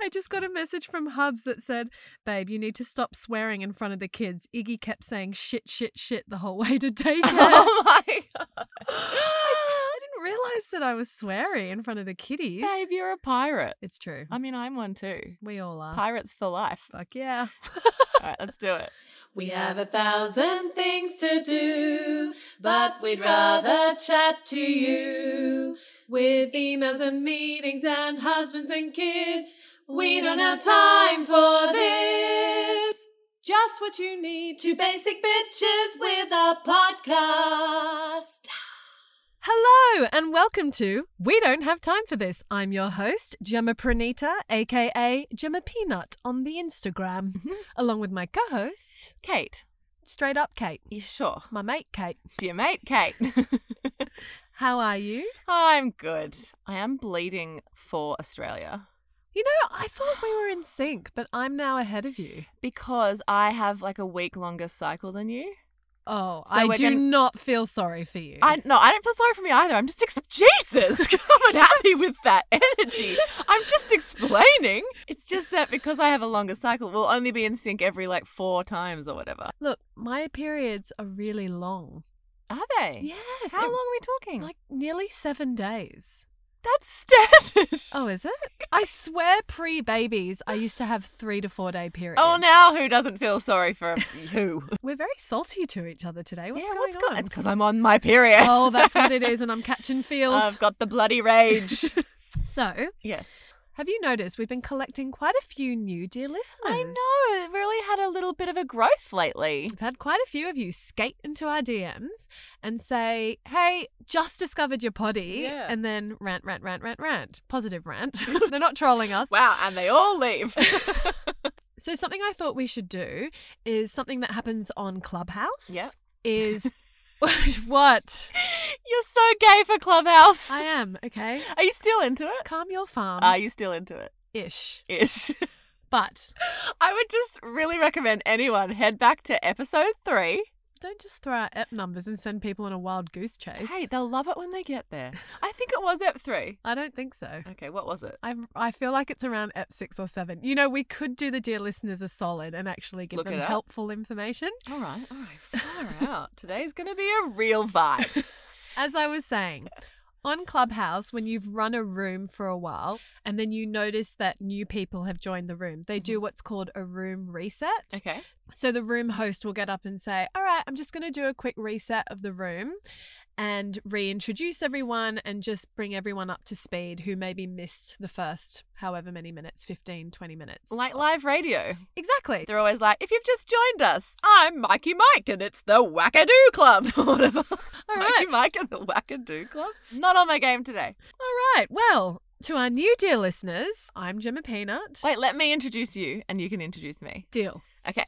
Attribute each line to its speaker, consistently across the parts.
Speaker 1: I just got a message from Hubs that said, Babe, you need to stop swearing in front of the kids. Iggy kept saying shit, shit, shit the whole way to daycare.
Speaker 2: Oh my god.
Speaker 1: I didn't realize that I was swearing in front of the kiddies.
Speaker 2: Babe, you're a pirate.
Speaker 1: It's true.
Speaker 2: I mean, I'm one too.
Speaker 1: We all are.
Speaker 2: Pirates for life.
Speaker 1: Fuck yeah.
Speaker 2: All right, let's do it.
Speaker 3: We have a thousand things to do, but we'd rather chat to you. With emails and meetings and husbands and kids, we don't have time for this. Just what you need, two basic bitches with a podcast.
Speaker 1: Hello and welcome to We Don't Have Time for This. I'm your host, Gemma Pranita, aka Gemma Peanut on the Instagram,
Speaker 3: Mm-hmm.
Speaker 1: along with my co host,
Speaker 2: Kate,
Speaker 1: Straight Up Kate,
Speaker 2: you sure?
Speaker 1: my mate Kate.
Speaker 2: Dear mate, Kate.
Speaker 1: How are you?
Speaker 2: I'm good. I am bleeding for Australia
Speaker 1: You know, I thought we were in sync, but I'm now ahead of you.
Speaker 2: because I have like a week longer cycle than you.
Speaker 1: Oh,
Speaker 2: So
Speaker 1: I
Speaker 2: we're
Speaker 1: do
Speaker 2: gonna-
Speaker 1: not feel sorry for you.
Speaker 2: I no, I don't feel sorry for me either. I'm just ex- Jesus. I'm unhappy with that energy. I'm just explaining. It's just that because I have a longer cycle, we'll only be in sync every like four times or whatever.
Speaker 1: Look, my periods are really long.
Speaker 2: Are they?
Speaker 1: Yes.
Speaker 2: How
Speaker 1: it-
Speaker 2: long are we talking?
Speaker 1: Like nearly seven days.
Speaker 2: that's standard.
Speaker 1: Oh, is it? I swear, pre babies, I used to have three to four day periods.
Speaker 2: Oh, now who doesn't feel sorry for who?
Speaker 1: We're very salty to each other today. What's
Speaker 2: yeah,
Speaker 1: going
Speaker 2: what's
Speaker 1: on?
Speaker 2: It's because I'm on my period.
Speaker 1: oh, that's what it is, and I'm catching feels.
Speaker 2: I've got the bloody rage.
Speaker 1: so,
Speaker 2: yes.
Speaker 1: have you noticed we've been collecting quite a few new dear listeners?
Speaker 2: I know. It really had a little bit of a growth lately.
Speaker 1: We've had quite a few of you skate into our DMs and say, "Hey, just discovered your potty,"
Speaker 2: Yeah.
Speaker 1: and then rant, rant, rant, rant, rant, positive rant. They're not trolling us.
Speaker 2: Wow, and they all leave.
Speaker 1: So something I thought we should do is something that happens on Clubhouse.
Speaker 2: Yep.
Speaker 1: Is what
Speaker 2: You're so gay for Clubhouse.
Speaker 1: I am. Okay.
Speaker 2: Are you still into it?
Speaker 1: Calm your farm
Speaker 2: Are you still into it?
Speaker 1: ish.
Speaker 2: Ish.
Speaker 1: But
Speaker 2: I would just really recommend anyone head back to episode three.
Speaker 1: don't just throw out ep numbers and send people on a wild goose chase.
Speaker 2: Hey, they'll love it when they get there. I think it was ep three.
Speaker 1: I don't think so.
Speaker 2: Okay, what was it?
Speaker 1: I I feel like it's around ep six or seven. You know, we could do the dear listeners a solid and actually give
Speaker 2: Look
Speaker 1: them
Speaker 2: it up.
Speaker 1: helpful information.
Speaker 2: All right, all right, far out. Today's gonna be a real vibe.
Speaker 1: As I was saying, on Clubhouse, when you've run a room for a while and then you notice that new people have joined the room, they do what's called a room reset.
Speaker 2: Mm-hmm. Okay.
Speaker 1: So the room host will get up and say, All right, I'm just going to do a quick reset of the room and reintroduce everyone and just bring everyone up to speed who maybe missed the first however many minutes 15, 20 minutes.
Speaker 2: Like live radio.
Speaker 1: exactly.
Speaker 2: They're always like, if you've just joined us, I'm Mikey Mike and it's the Wackadoo Club or whatever.
Speaker 1: All
Speaker 2: Mikey
Speaker 1: right.
Speaker 2: Mike and the Wackadoo Club. Not on my game today.
Speaker 1: All right. Well, to our new dear listeners, I'm Gemma Peanut.
Speaker 2: Wait, let me introduce you and you can introduce me.
Speaker 1: Deal.
Speaker 2: Okay.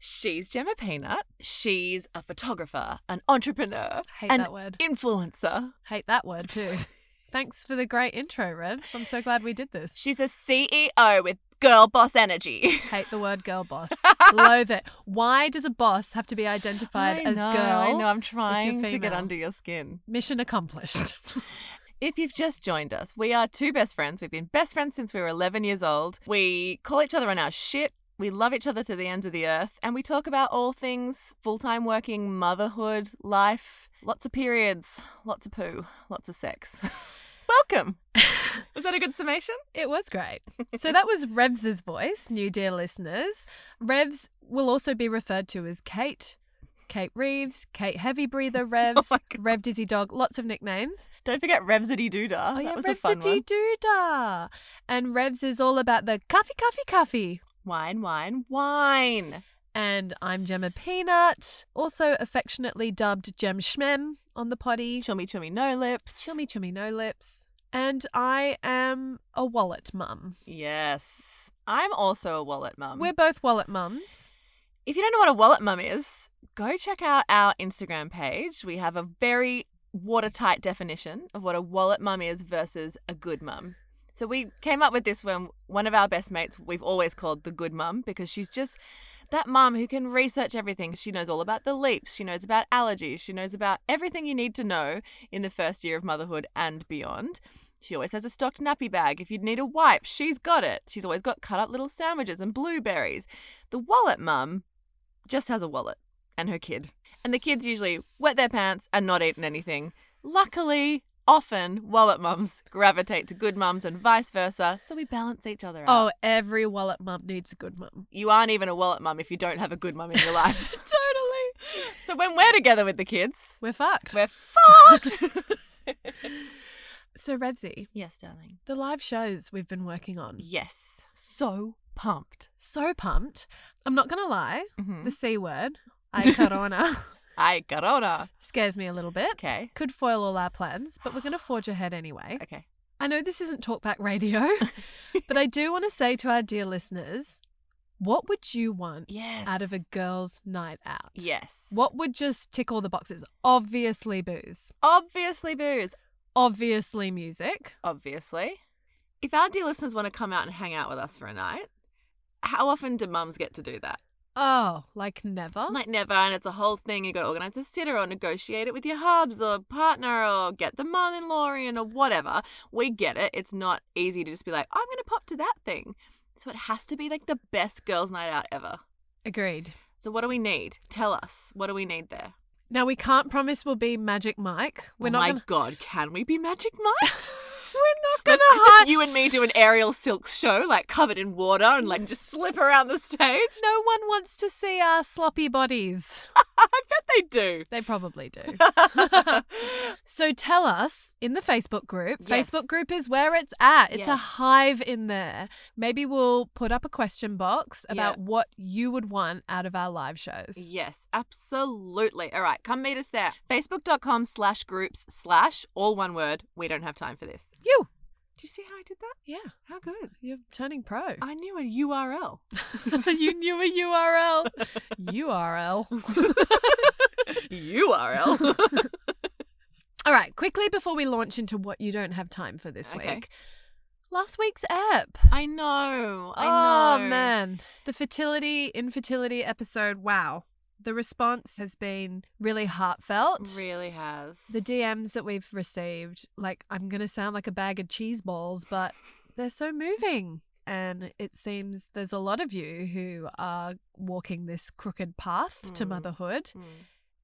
Speaker 2: She's Gemma Peanut. She's a photographer, an entrepreneur,
Speaker 1: Hate
Speaker 2: an
Speaker 1: that word.
Speaker 2: influencer.
Speaker 1: Hate that word too. Thanks for the great intro, Revs. I'm so glad we did this.
Speaker 2: She's a CEO with Girl Boss Energy.
Speaker 1: Hate the word girl boss. Loathe it. Why does a boss have to be identified as girl?
Speaker 2: I know. I'm trying to get
Speaker 1: female.
Speaker 2: under your skin.
Speaker 1: Mission accomplished.
Speaker 2: If you've just joined us, we are two best friends. We've been best friends since we were 11 years old. We call each other on our shit. We love each other to the ends of the earth. And we talk about all things full time working, motherhood, life, lots of periods, lots of poo, lots of sex. Welcome. Was that a good summation?
Speaker 1: It was great. So that was Revs's voice, new dear listeners. Revs will also be referred to as Kate, Kate Reeves, Kate Heavy Breather, Revs,
Speaker 2: Oh my God.
Speaker 1: Rev Dizzy Dog, lots of nicknames.
Speaker 2: Don't forget Revsity Doodah.
Speaker 1: Oh yeah,
Speaker 2: that was a
Speaker 1: Revs a
Speaker 2: fun one.
Speaker 1: doodah. And Revs is all about the coffee, coffee, coffee.
Speaker 2: Wine, wine, wine.
Speaker 1: And I'm Gemma Peanut, also affectionately dubbed Gem Schmem on the potty.
Speaker 2: Chummy, chummy, no lips.
Speaker 1: Chummy chummy no lips. And I am a wallet mum.
Speaker 2: Yes. I'm also a wallet mum.
Speaker 1: We're both wallet mums.
Speaker 2: If you don't know what a wallet mum is, go check out our Instagram page. We have a very watertight definition of what a wallet mum is versus a good mum. So we came up with this when one of our best mates we've always called the good mum because she's just that mum who can research everything. She knows all about the leaps, she knows about allergies, she knows about everything you need to know in the first year of motherhood and beyond. She always has a stocked nappy bag. If you'd need a wipe, she's got it. She's always got cut up little sandwiches and blueberries. The wallet mum just has a wallet and her kid. And the kids usually wet their pants and not eating anything. Luckily, often wallet mums gravitate to good mums and vice versa, so we balance each other out.
Speaker 1: Oh, every wallet mum needs a good mum.
Speaker 2: You aren't even a wallet mum if you don't have a good mum in your life.
Speaker 1: totally.
Speaker 2: so when we're together with the kids,
Speaker 1: We're fucked.
Speaker 2: we're fucked.
Speaker 1: so, Revsy,
Speaker 2: yes, darling.
Speaker 1: the live shows we've been working on,
Speaker 2: Yes. So pumped.
Speaker 1: so pumped. I'm not going to lie,
Speaker 2: Mm-hmm.
Speaker 1: the C word, I corona,
Speaker 2: I corona.
Speaker 1: scares me a little bit.
Speaker 2: Okay.
Speaker 1: Could foil all our plans, but we're going to forge ahead anyway.
Speaker 2: Okay.
Speaker 1: I know this isn't talkback radio, but I do want to say to our dear listeners, what would you want
Speaker 2: Yes.
Speaker 1: out of a girl's night out?
Speaker 2: Yes.
Speaker 1: What would just tick all the boxes? Obviously booze,
Speaker 2: Obviously, booze.
Speaker 1: obviously music.
Speaker 2: Obviously. If our dear listeners want to come out and hang out with us for a night, how often do mums get to do that?
Speaker 1: Oh, like never.
Speaker 2: Like never, and it's a whole thing. You got to organize a sitter or negotiate it with your hubs or partner or get the mum in law in or whatever. We get it. It's not easy to just be like, I'm going to pop to that thing. So it has to be like the best girls' night out ever.
Speaker 1: Agreed.
Speaker 2: So what do we need? Tell us. What do we need there?
Speaker 1: Now we can't promise we'll be Magic Mike. We're
Speaker 2: oh
Speaker 1: not
Speaker 2: my
Speaker 1: gonna,
Speaker 2: god, can we be Magic Mike?
Speaker 1: we're
Speaker 2: Let's
Speaker 1: not gonna
Speaker 2: just
Speaker 1: hide.
Speaker 2: you and me do an aerial silks show, like covered in water, and like just slip around the stage.
Speaker 1: No one wants to see our sloppy bodies.
Speaker 2: I bet they do.
Speaker 1: They probably do. So tell us in the Facebook group.
Speaker 2: Yes.
Speaker 1: Facebook group is where it's at. It's a
Speaker 2: Yes.
Speaker 1: hive in there. Maybe we'll put up a question box
Speaker 2: Yeah.
Speaker 1: about what you would want out of our live shows.
Speaker 2: yes, absolutely. All right, come meet us there. Facebook.com slash groups slash all one word. We don't have time for this.
Speaker 1: You.
Speaker 2: Do you see how I did that?
Speaker 1: Yeah.
Speaker 2: How good.
Speaker 1: You're turning pro.
Speaker 2: hmm. I knew a URL.
Speaker 1: you knew a URL. URL.
Speaker 2: URL.
Speaker 1: All right, quickly before we launch into what you don't have time for this
Speaker 2: Okay.
Speaker 1: week. Last week's ep.
Speaker 2: I know. I know.
Speaker 1: Oh man, the fertility infertility episode. Wow, the response has been really heartfelt.
Speaker 2: Really has.
Speaker 1: the DMs that we've received, like I'm gonna sound like a bag of cheese balls, but they're so moving. And it seems there's a lot of you who are walking this crooked path to
Speaker 2: Mm.
Speaker 1: motherhood.
Speaker 2: Mm.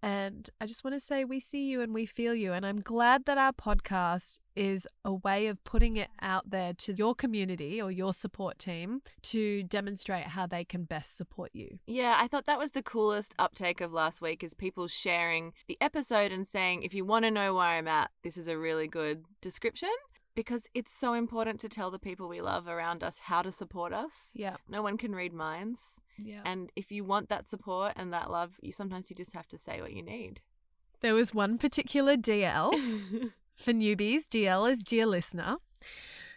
Speaker 1: And I just want to say we see you and we feel you. And I'm glad that our podcast is a way of putting it out there to your community or your support team to demonstrate how they can best support you.
Speaker 2: Yeah, I thought that was the coolest uptake of last week is people sharing the episode and saying, if you want to know where I'm at, this is a really good description because it's so important to tell the people we love around us how to support us.
Speaker 1: Yeah.
Speaker 2: No one can read minds.
Speaker 1: Yeah.
Speaker 2: And if you want that support and that love, you sometimes you just have to say what you need.
Speaker 1: There was one particular DL. for newbies, DL is dear listener,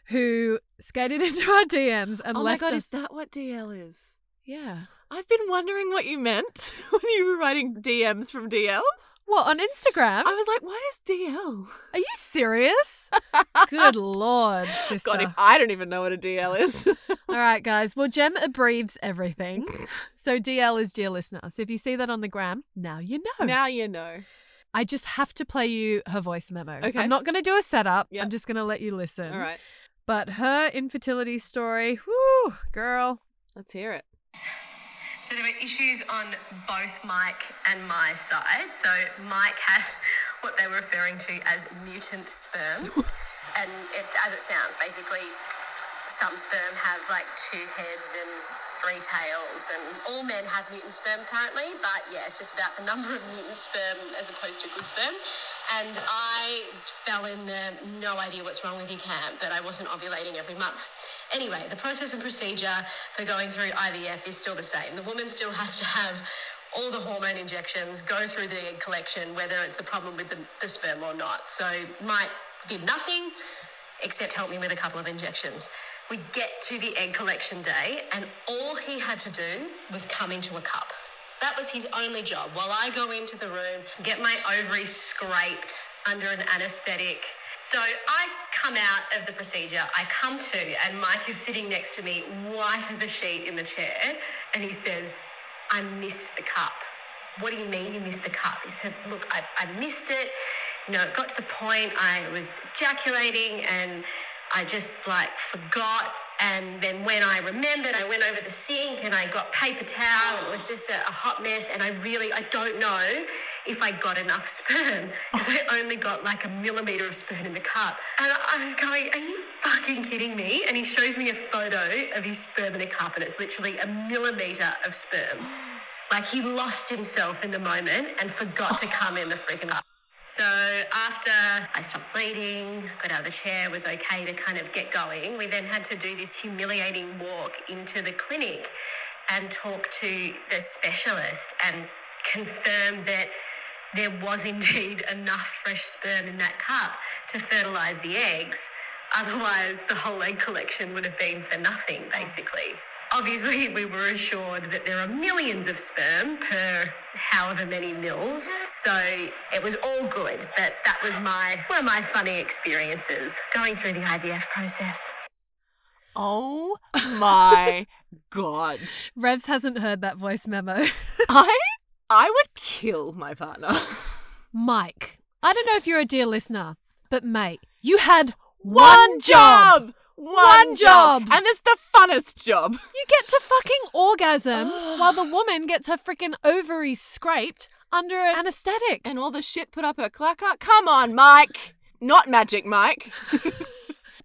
Speaker 1: who skated into our DMs and
Speaker 2: oh my
Speaker 1: left
Speaker 2: god,
Speaker 1: us.
Speaker 2: is that what DL is?
Speaker 1: yeah.
Speaker 2: I've been wondering what you meant when you were writing DMs from DLs.
Speaker 1: What on Instagram?
Speaker 2: I was like, what is DL?
Speaker 1: Are you serious? Good lord, sister.
Speaker 2: God, if I don't even know what a DL is.
Speaker 1: All right, guys. Well, Gem abbreves everything, so DL is dear listener. So if you see that on the gram, now you know.
Speaker 2: Now you know.
Speaker 1: I just have to play you her voice memo.
Speaker 2: Okay.
Speaker 1: I'm not going to do a setup.
Speaker 2: Yep.
Speaker 1: I'm just going to let you listen.
Speaker 2: All right.
Speaker 1: But her infertility story, whoo, girl.
Speaker 2: Let's hear it.
Speaker 4: So there were issues on both Mike and my side. So Mike had what they were referring to as mutant sperm, and it's as it sounds. Basically, some sperm have like two heads and three tails, and all men have mutant sperm currently. But yeah, it's just about the number of mutant sperm as opposed to good sperm. And I fell in the no idea what's wrong with you camp, but I wasn't ovulating every month. Anyway, the process and procedure for going through IVF is still the same. The woman still has to have all the hormone injections, go through the egg collection, whether it's the problem with the, the sperm or not. So Mike did nothing except help me with a couple of injections. We get to the egg collection day, and all he had to do was come into a cup. That was his only job. While I go into the room, get my ovaries scraped under an anesthetic. So I come out of the procedure, I come to, and Mike is sitting next to me, white as a sheet in the chair, and he says, I missed the cup. What do you mean you missed the cup? He said, Look, I, I missed it. you know, it got to the point I was ejaculating and I just like forgot. And then when I remembered, I went over the sink and I got paper towel. and It was just a, a hot mess. And I really, I don't know if I got enough sperm because I only got like a millimeter of sperm in the cup. And I I was going, Are you fucking kidding me? And he shows me a photo of his sperm in a cup and it's literally a millimeter of sperm. Like he lost himself in the moment and forgot to come in the freaking cup. So after I stopped bleeding, got out of the chair, was okay to kind of get going, we then had to do this humiliating walk into the clinic and talk to the specialist and confirm that there was indeed enough fresh sperm in that cup to fertilize the eggs. Otherwise, the whole egg collection would have been for nothing, basically. Obviously, we were assured that there are millions of sperm per however many mils, so it was all good. But that was my one of my funny experiences going through the IVF process.
Speaker 2: Oh my god.
Speaker 1: Revs hasn't heard that voice memo.
Speaker 2: I I would kill my partner.
Speaker 1: Mike, I don't know if you're a dear listener, but mate, you had one,
Speaker 2: One,
Speaker 1: One
Speaker 2: job.
Speaker 1: job.
Speaker 2: And it's the funnest job.
Speaker 1: You get to fucking orgasm while the woman gets her freaking ovaries scraped under an anesthetic.
Speaker 2: And all the shit put up her clacker. Come on, Mike. Not magic, Mike.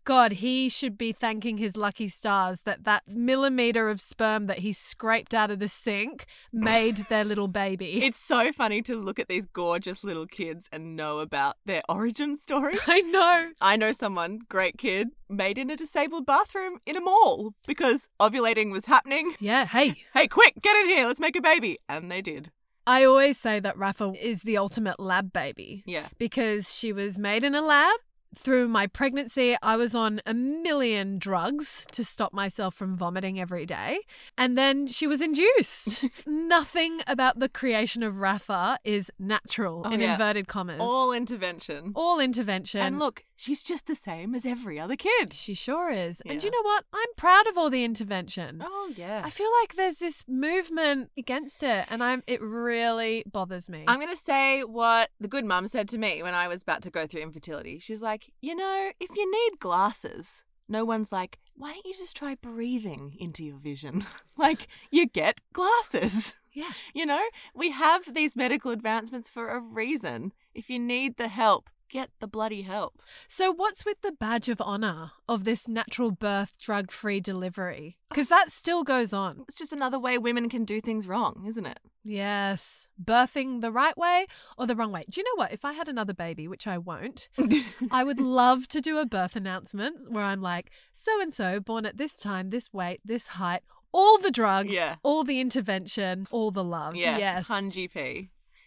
Speaker 1: God, he should be thanking his lucky stars that that millimeter of sperm that he scraped out of the sink made their little baby.
Speaker 2: It's so funny to look at these gorgeous little kids and know about their origin story.
Speaker 1: I know.
Speaker 2: I know someone, great kid, made in a disabled bathroom in a mall because ovulating was happening.
Speaker 1: Yeah, hey.
Speaker 2: Hey, quick, get in here. Let's make a baby. And they did.
Speaker 1: I always say that Rafa is the ultimate lab baby
Speaker 2: Yeah.
Speaker 1: because she was made in a lab. Through my pregnancy, I was on a million drugs to stop myself from vomiting every day. And then she was induced. Nothing about the creation of Rafa is natural,
Speaker 2: Oh,
Speaker 1: in
Speaker 2: yeah.
Speaker 1: inverted commas.
Speaker 2: All intervention.
Speaker 1: All intervention.
Speaker 2: And look, she's just the same as every other kid.
Speaker 1: She sure is. And do you
Speaker 2: Yeah.
Speaker 1: know what? I'm proud of all the intervention.
Speaker 2: Oh, yeah.
Speaker 1: I feel like there's this movement against it, and I'm it really bothers me.
Speaker 2: I'm going to say what the good mum said to me when I was about to go through infertility. She's like, you know, if you need glasses, no one's like, why don't you just try breathing into your vision? like, you get glasses.
Speaker 1: yeah,
Speaker 2: You know, we have these medical advancements for a reason. If you need the help, get the bloody help.
Speaker 1: So, what's with the badge of honor of this natural birth, drug free delivery?
Speaker 2: Oh,
Speaker 1: Because that still goes on.
Speaker 2: It's just another way women can do things wrong, isn't it?
Speaker 1: Yes, birthing the right way or the wrong way. Do you know what? If I had another baby, which I won't, I would love to do a birth announcement where I'm like, so and so, born at this time, this weight, this height, all the drugs,
Speaker 2: Yeah.
Speaker 1: all the intervention, all the love.
Speaker 2: yeah.
Speaker 1: Um, Yes.
Speaker 2: 100p.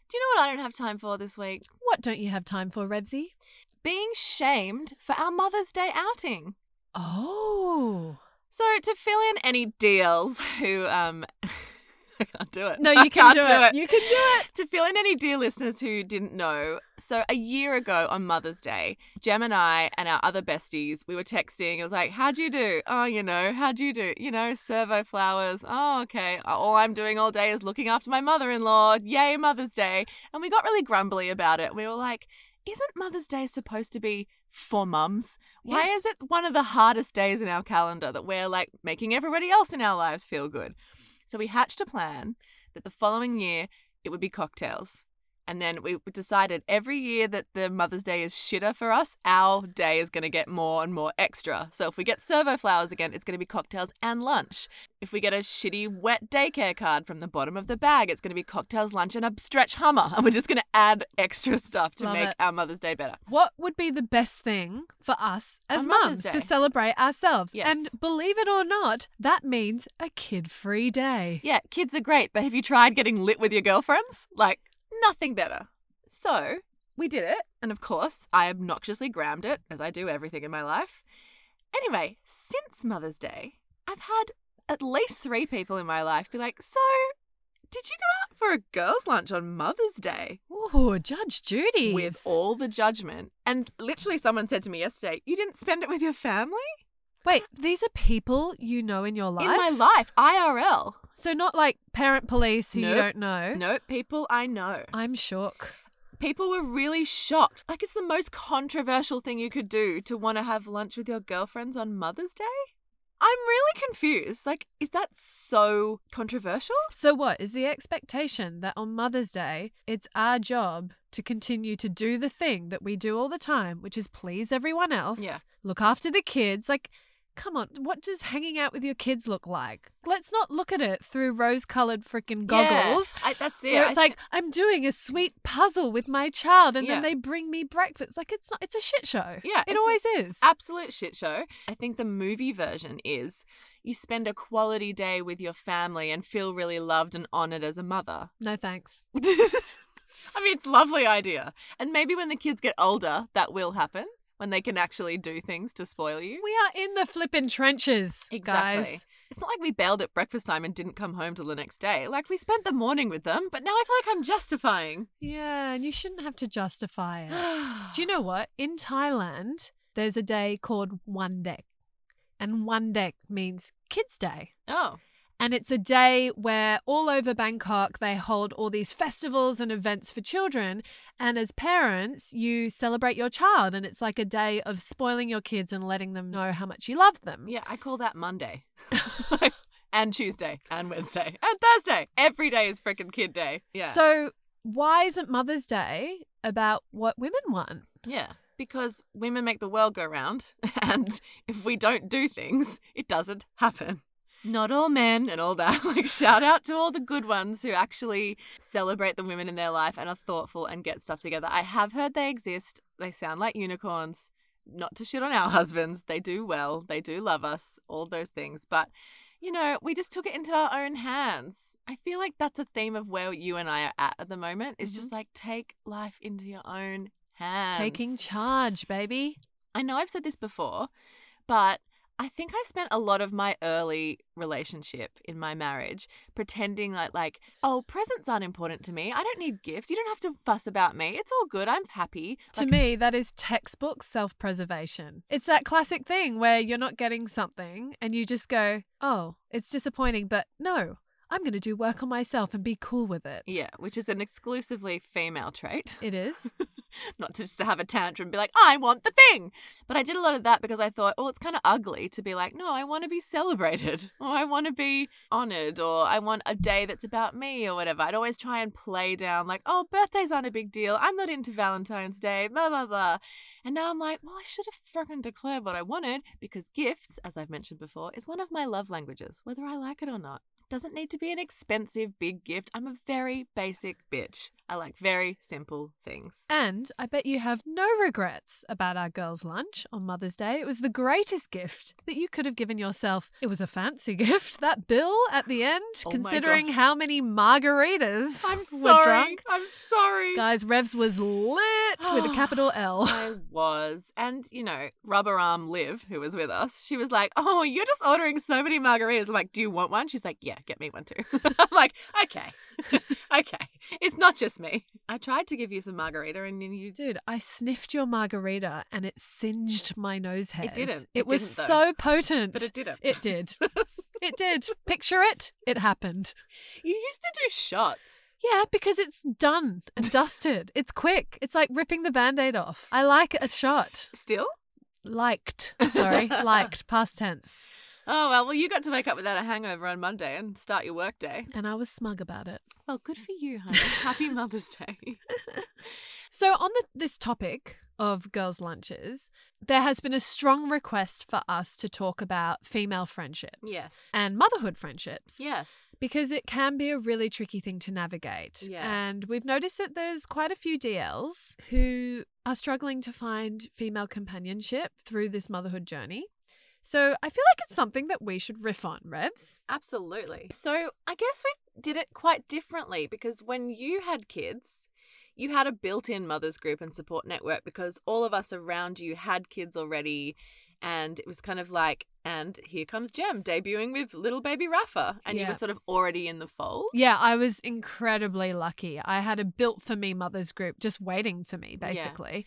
Speaker 2: Do you know what I don't have time for this week?
Speaker 1: What don't you have time for, Rebsy?
Speaker 2: Being shamed for our Mother's Day outing.
Speaker 1: Oh.
Speaker 2: So to fill in any deals who um I can't do it.
Speaker 1: No,
Speaker 2: I
Speaker 1: you can
Speaker 2: can't
Speaker 1: do it. You can do it.
Speaker 2: to fill in any dear listeners who didn't know, so a year ago on Mother's Day, Gem and I and our other besties, we were texting. It was like, "How'd you do? Oh, you know, how'd you do? You know, servo flowers. Oh, okay. All I'm doing all day is looking after my mother-in-law. Yay, Mother's Day!" And we got really grumbly about it. We were like, "Isn't Mother's Day supposed to be for mums? Why
Speaker 1: Yes.
Speaker 2: is it one of the hardest days in our calendar that we're like making everybody else in our lives feel good?" So we hatched a plan that the following year it would be cocktails. And then we decided every year that the Mother's Day is shitter for us, our day is going to get more and more extra. So if we get servo flowers again, it's going to be cocktails and lunch. If we get a shitty wet daycare card from the bottom of the bag, it's going to be cocktails, lunch, and a stretch hummer. And we're just going to add extra stuff to
Speaker 1: Love
Speaker 2: make
Speaker 1: it.
Speaker 2: our Mother's Day better.
Speaker 1: What would be the best thing for us as
Speaker 2: On
Speaker 1: mums
Speaker 2: Mother's
Speaker 1: to
Speaker 2: Day.
Speaker 1: celebrate ourselves?
Speaker 2: Yes.
Speaker 1: And believe it or not, that means a kid free day.
Speaker 2: Yeah, kids are great, but have you tried getting lit with your girlfriends? Like, nothing better. So, we did it. And of course, I obnoxiously grammed it, as I do everything in my life. Anyway, since Mother's Day, I've had at least three people in my life be like, So, did you go out for a girls' lunch on Mother's Day?
Speaker 1: Ooh, Judge Judy.
Speaker 2: With all the judgment. And literally, someone said to me yesterday, You didn't spend it with your family?
Speaker 1: Wait, these are people you know in your life?
Speaker 2: In my life, IRL.
Speaker 1: So not like parent police who you
Speaker 2: Nope.
Speaker 1: don't know.
Speaker 2: Nope, people I know.
Speaker 1: I'm shook.
Speaker 2: people were really shocked. Like, it's the most controversial thing you could do to want to have lunch with your girlfriends on Mother's Day. I'm really confused. Like, is that so controversial?
Speaker 1: So, what is the expectation that on Mother's Day, it's our job to continue to do the thing that we do all the time, which is please everyone else,
Speaker 2: Yeah.
Speaker 1: look after the kids? Like, come on, what does hanging out with your kids look like? Let's not look at it through rose colored freaking goggles.
Speaker 2: Yeah, I, that's it.
Speaker 1: Where
Speaker 2: I
Speaker 1: it's like I'm doing a sweet puzzle with my child, and
Speaker 2: Yeah.
Speaker 1: then they bring me breakfast. Like it's not, it's a shit show.
Speaker 2: Yeah,
Speaker 1: it
Speaker 2: it's a-
Speaker 1: always is.
Speaker 2: absolute shit show. I think the movie version is you spend a quality day with your family and feel really loved and honored as a mother.
Speaker 1: no thanks.
Speaker 2: I mean, it's a lovely idea. And maybe when the kids get older, that will happen when they can actually do things to spoil you.
Speaker 1: We are in the flippin' trenches, guys.
Speaker 2: It's not like we bailed at breakfast time and didn't come home till the next day. Like we spent the morning with them, but now I feel like I'm justifying.
Speaker 1: Yeah, and you shouldn't have to justify it. Do you know what? In Thailand, there's a day called One Dek, and One Dek means Kids' Day.
Speaker 2: Oh,
Speaker 1: And it's a day where all over Bangkok they hold all these festivals and events for children. And as parents, you celebrate your child, and it's like a day of spoiling your kids and letting them know how much you love them.
Speaker 2: yeah, I call that Monday. and Tuesday and Wednesday and Thursday. Every day is freaking kid day. Yeah.
Speaker 1: So, why isn't Mother's Day about what women want?
Speaker 2: yeah. Because women make the world go round, and if we don't do things, it doesn't happen. Not all men and all that. Like, shout out to all the good ones who actually celebrate the women in their life and are thoughtful and get stuff together. I have heard they exist. They sound like unicorns. Not to shit on our husbands. They do well. They do love us. All those things. But, you know, we just took it into our own hands. I feel like that's a theme of where you and I are at at the moment. It's just like take life into your own hands.
Speaker 1: Taking charge, baby.
Speaker 2: Um, I know I've said this before, but I think I spent a lot of my early relationship in my marriage pretending like like, oh, presents aren't important to me. I don't need gifts. You don't have to fuss about me. It's all good. I'm happy.
Speaker 1: to me, that is textbook self preservation. It's that classic thing where you're not getting something and you just go, oh, it's disappointing, but no, I'm going to do work on myself and be cool with it.
Speaker 2: Yeah, which is an exclusively female trait.
Speaker 1: It is.
Speaker 2: Not to just to have a tantrum and be like, I want the thing. But I did a lot of that because I thought, oh, it's kind of ugly to be like, no, I want to be celebrated or I want to be honored or I want a day that's about me or whatever. I'd always try and play down like, oh, birthdays aren't a big deal. I'm not into Valentine's Day, blah, blah, blah. And now I'm like, well, I should have freaking declared what I wanted because gifts, as I've mentioned before, is one of my love languages, whether I like it or not. Doesn't need to be an expensive big gift. I'm a very basic bitch. I like very simple things.
Speaker 1: And I bet you have no regrets about our girls' lunch on Mother's Day. It was the greatest gift that you could have given yourself. It was a fancy gift. That bill at the end,
Speaker 2: Oh my
Speaker 1: considering
Speaker 2: gosh.
Speaker 1: how many margaritas
Speaker 2: I'm
Speaker 1: were
Speaker 2: sorry.
Speaker 1: drunk.
Speaker 2: I'm sorry.
Speaker 1: Guys, Revs was lit with a capital L.
Speaker 2: I was. And, you know, rubber arm Liv, who was with us, she was like, Oh, you're just ordering so many margaritas. I'm like, Do you want one? She's like, Yeah, get me one too. I'm like, Okay. okay. It's not just me. I tried to give you some margarita and then you
Speaker 1: Dude, I sniffed your margarita and it singed my nose hairs.
Speaker 2: didn't.
Speaker 1: It,
Speaker 2: It
Speaker 1: was
Speaker 2: didn't, though.
Speaker 1: so potent.
Speaker 2: But it didn't.
Speaker 1: It did. it did. Picture it. It happened.
Speaker 2: you used to do shots.
Speaker 1: Yeah, because it's done and dusted. It's quick. It's like ripping the band aid off. I like a shot.
Speaker 2: Still?
Speaker 1: Liked. Sorry. liked. Past tense.
Speaker 2: Oh, well, well, you got to wake up without a hangover on Monday and start your work day.
Speaker 1: And I was smug about it.
Speaker 2: Well, good for you, honey. Happy Mother's Day.
Speaker 1: So, on the, this topic of girls' lunches, there has been a strong request for us to talk about female friendships.
Speaker 2: Yes.
Speaker 1: And motherhood friendships.
Speaker 2: Yes.
Speaker 1: because it can be a really tricky thing to navigate.
Speaker 2: Yeah.
Speaker 1: And we've noticed that there's quite a few DLs who are struggling to find female companionship through this motherhood journey. So I feel like it's something that we should riff on, Revs.
Speaker 2: Absolutely. So I guess we did it quite differently because when you had kids, you had a built in mother's group and support network because all of us around you had kids already. And it was kind of like, and here comes Jem debuting with little baby Rafa. And you
Speaker 1: Yeah.
Speaker 2: were sort of already in the fold.
Speaker 1: Yeah, I was incredibly lucky. I had a built for me mother's group just waiting for me, basically.